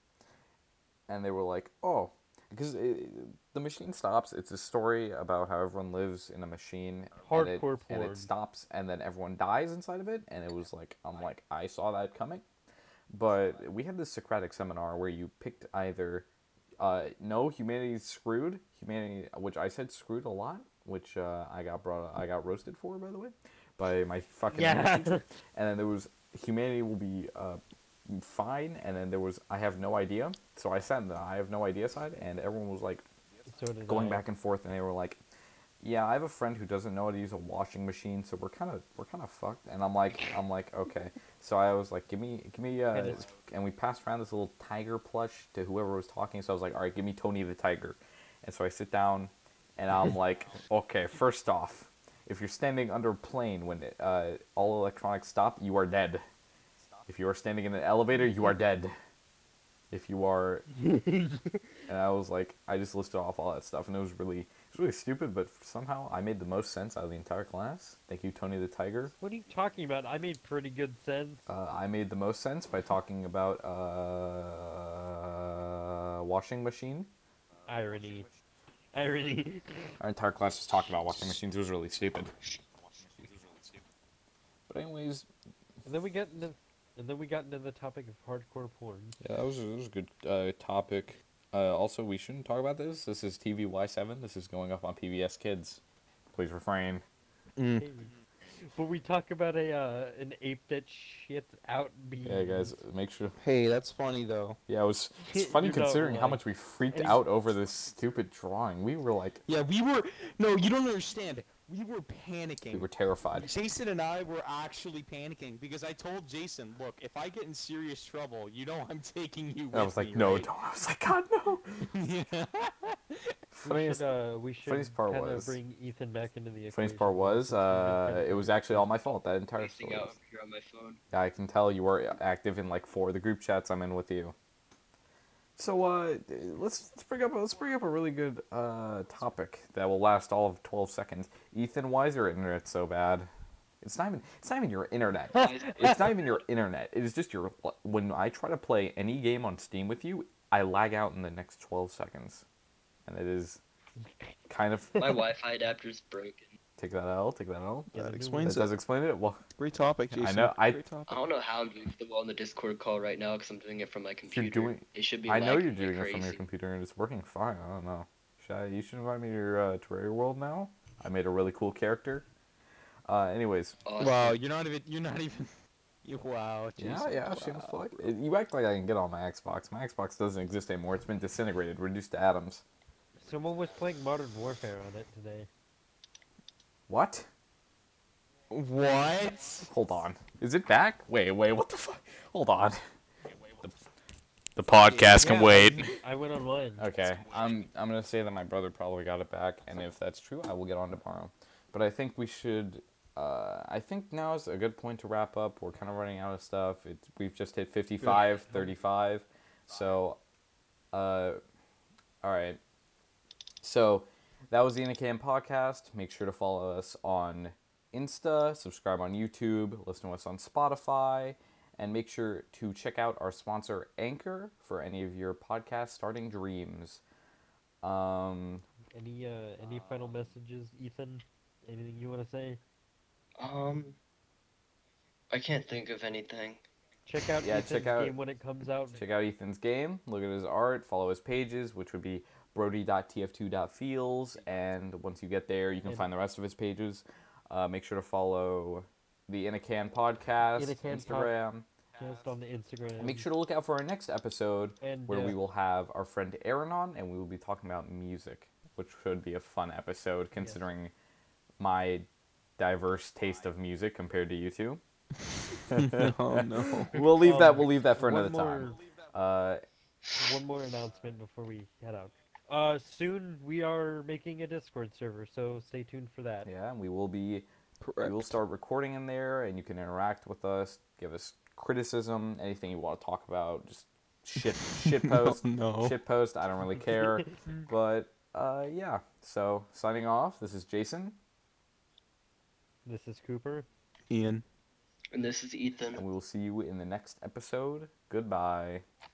A: and they were like, "Oh, because it, the machine stops. It's a story about how everyone lives in a machine, and it,
B: Hardcore
A: and
B: porn.
A: it stops, and then everyone dies inside of it." And it was like, "I'm like, I saw that coming." But we had this Socratic seminar where you picked either, uh, no, humanity's screwed, humanity, which I said screwed a lot, which uh, I got brought, I got roasted for, by the way, by my fucking English
B: Yeah.
A: teacher. And then there was humanity will be uh, fine, and then there was I have no idea. So I sat in the I have no idea side, and everyone was like
B: so did
A: going
B: I.
A: back and forth, and they were like, "Yeah, I have a friend who doesn't know how to use a washing machine, so we're kind of we're kind of fucked." And I'm like, I'm like, okay. So I was like, "Give me, give me," uh,
B: Goodness.
A: and we passed around this little tiger plush to whoever was talking. So I was like, "All right, give me Tony the tiger," and so I sit down, and I'm like, "Okay, first off." If you're standing under a plane when uh, all electronics stop, you are dead. If you are standing in an elevator, you are dead. If you are and I was like, I just listed off all that stuff, and it was really, it was really stupid, but somehow I made the most sense out of the entire class. Thank you, Tony the Tiger.
B: What are you talking about? I made pretty good sense.
A: Uh, I made the most sense by talking about uh, washing machine.
B: Irony. Irony.
A: Our entire class just talked about washing machines. It was really stupid. But anyways,
B: and then we got into and then we got into the topic of hardcore porn.
A: yeah, that was, that was a good uh, topic. Uh, also, we shouldn't talk about this. This is TVY7. This is going up on PBS Kids. Please refrain.
B: But we talk about a uh, an ape that shits out beans.
A: Yeah, guys, make sure
C: Hey, that's funny though.
A: Yeah, it was. It's
B: You're
A: funny
B: not
A: considering how
B: wrong.
A: much we freaked
B: And-
A: out over this stupid drawing. We were like,
C: Yeah, we were. No, you don't understand. We were panicking.
A: we were terrified.
C: Jason and I were actually panicking because I told Jason, "Look, if I get in serious trouble, you know I'm taking you."
A: And I
C: with
A: was like,
C: me,
A: no,
C: right?"
A: don't. I was like, God, no.
B: We
A: Funniest,
B: should, uh, we should
A: funniest part
B: kind of
A: was-
B: bring Ethan back into the equation.
A: funniest part was, uh, it was actually all my fault. That entire
D: Facing
A: story.
D: out over here on my phone.
A: I can tell you were active in like four of the group chats I'm in with you. So uh, let's let's bring up let's bring up a really good uh, topic that will last all of twelve seconds. Ethan, why is your internet so bad? It's not even it's not even your internet. it's not even your internet. It is just your when I try to play any game on Steam with you, I lag out in the next twelve seconds, and it is kind of
D: My Wi-Fi adapter's broken.
A: take that out, take that out.
B: Get a
C: That
B: new
A: That
C: explains
A: does
C: it.
A: explain it. Well,
C: Great topic,
A: I
C: Jason.
A: know, I-
C: Great topic.
D: I don't know how I'm doing so well on the Discord call right now because I'm doing it from my computer.
A: doing-
D: It should be.
A: I know
D: lagging
A: you're doing
D: like
A: it from your
D: crazy.
A: computer and it's working fine. I don't know. Should I, you should invite me to your uh, Terraria world now. I made a really cool character. Uh, anyways,
D: Awesome.
C: Wow, you're not even. You're not even. You, wow.
A: yeah,
C: Jason,
A: yeah,
C: wow.
A: shameless plug. Uh, You act like I can get on my Xbox. My Xbox doesn't exist anymore. It's been disintegrated, reduced to atoms.
B: Someone was playing Modern Warfare on it today.
A: What?
C: What?
A: Hold on. Is it back? Wait, wait. What the fuck? Hold on. The, the podcast
C: can Yeah, wait.
B: I went online.
A: Okay, I'm I'm gonna say that my brother probably got it back, and if that's true, I will get on tomorrow. But I think we should. Uh, I think now is a good point to wrap up. We're kind of running out of stuff. It's we've just hit 55, 35. So, uh, all right. So, that was the Inacam podcast. Make sure to follow us on Insta, subscribe on YouTube, listen to us on Spotify, and make sure to check out our sponsor Anchor for any of your podcast starting dreams. Um,
B: Any uh, any final messages, Ethan? Anything you want to say?
D: Um, I can't think of anything.
B: Check out
A: Yeah,
B: Ethan's
A: check out-
B: game when it comes out.
A: check out Ethan's game, look at his art, follow his pages, which would be brody.tf2.feels, and once you get there, you can find the rest of his pages. Uh, make sure to follow the In a Can podcast,
B: In a Can pod-
A: Instagram.
B: Just on the Instagram.
A: Make sure to look out for our next episode
B: And,
A: where
B: uh,
A: we will have our friend Aaron on and we will be talking about music, which should be a fun episode considering my diverse taste of music compared to you two.
C: Oh no.
A: We'll leave that
B: Um,
A: we'll leave that for
B: one
A: another time. Uh,
B: one more announcement before we head out. Uh, soon we are making a Discord server, so stay tuned for that.
A: yeah, and we will be we will start recording in there and you can interact with us, give us criticism, anything you want to talk about, just shit shit post.
C: no.
A: Shit post, I don't really care. but uh, yeah. So signing off, this is Jason.
B: This is Cooper.
C: Ian.
D: And this is Ethan.
A: and we will see you in the next episode. Goodbye.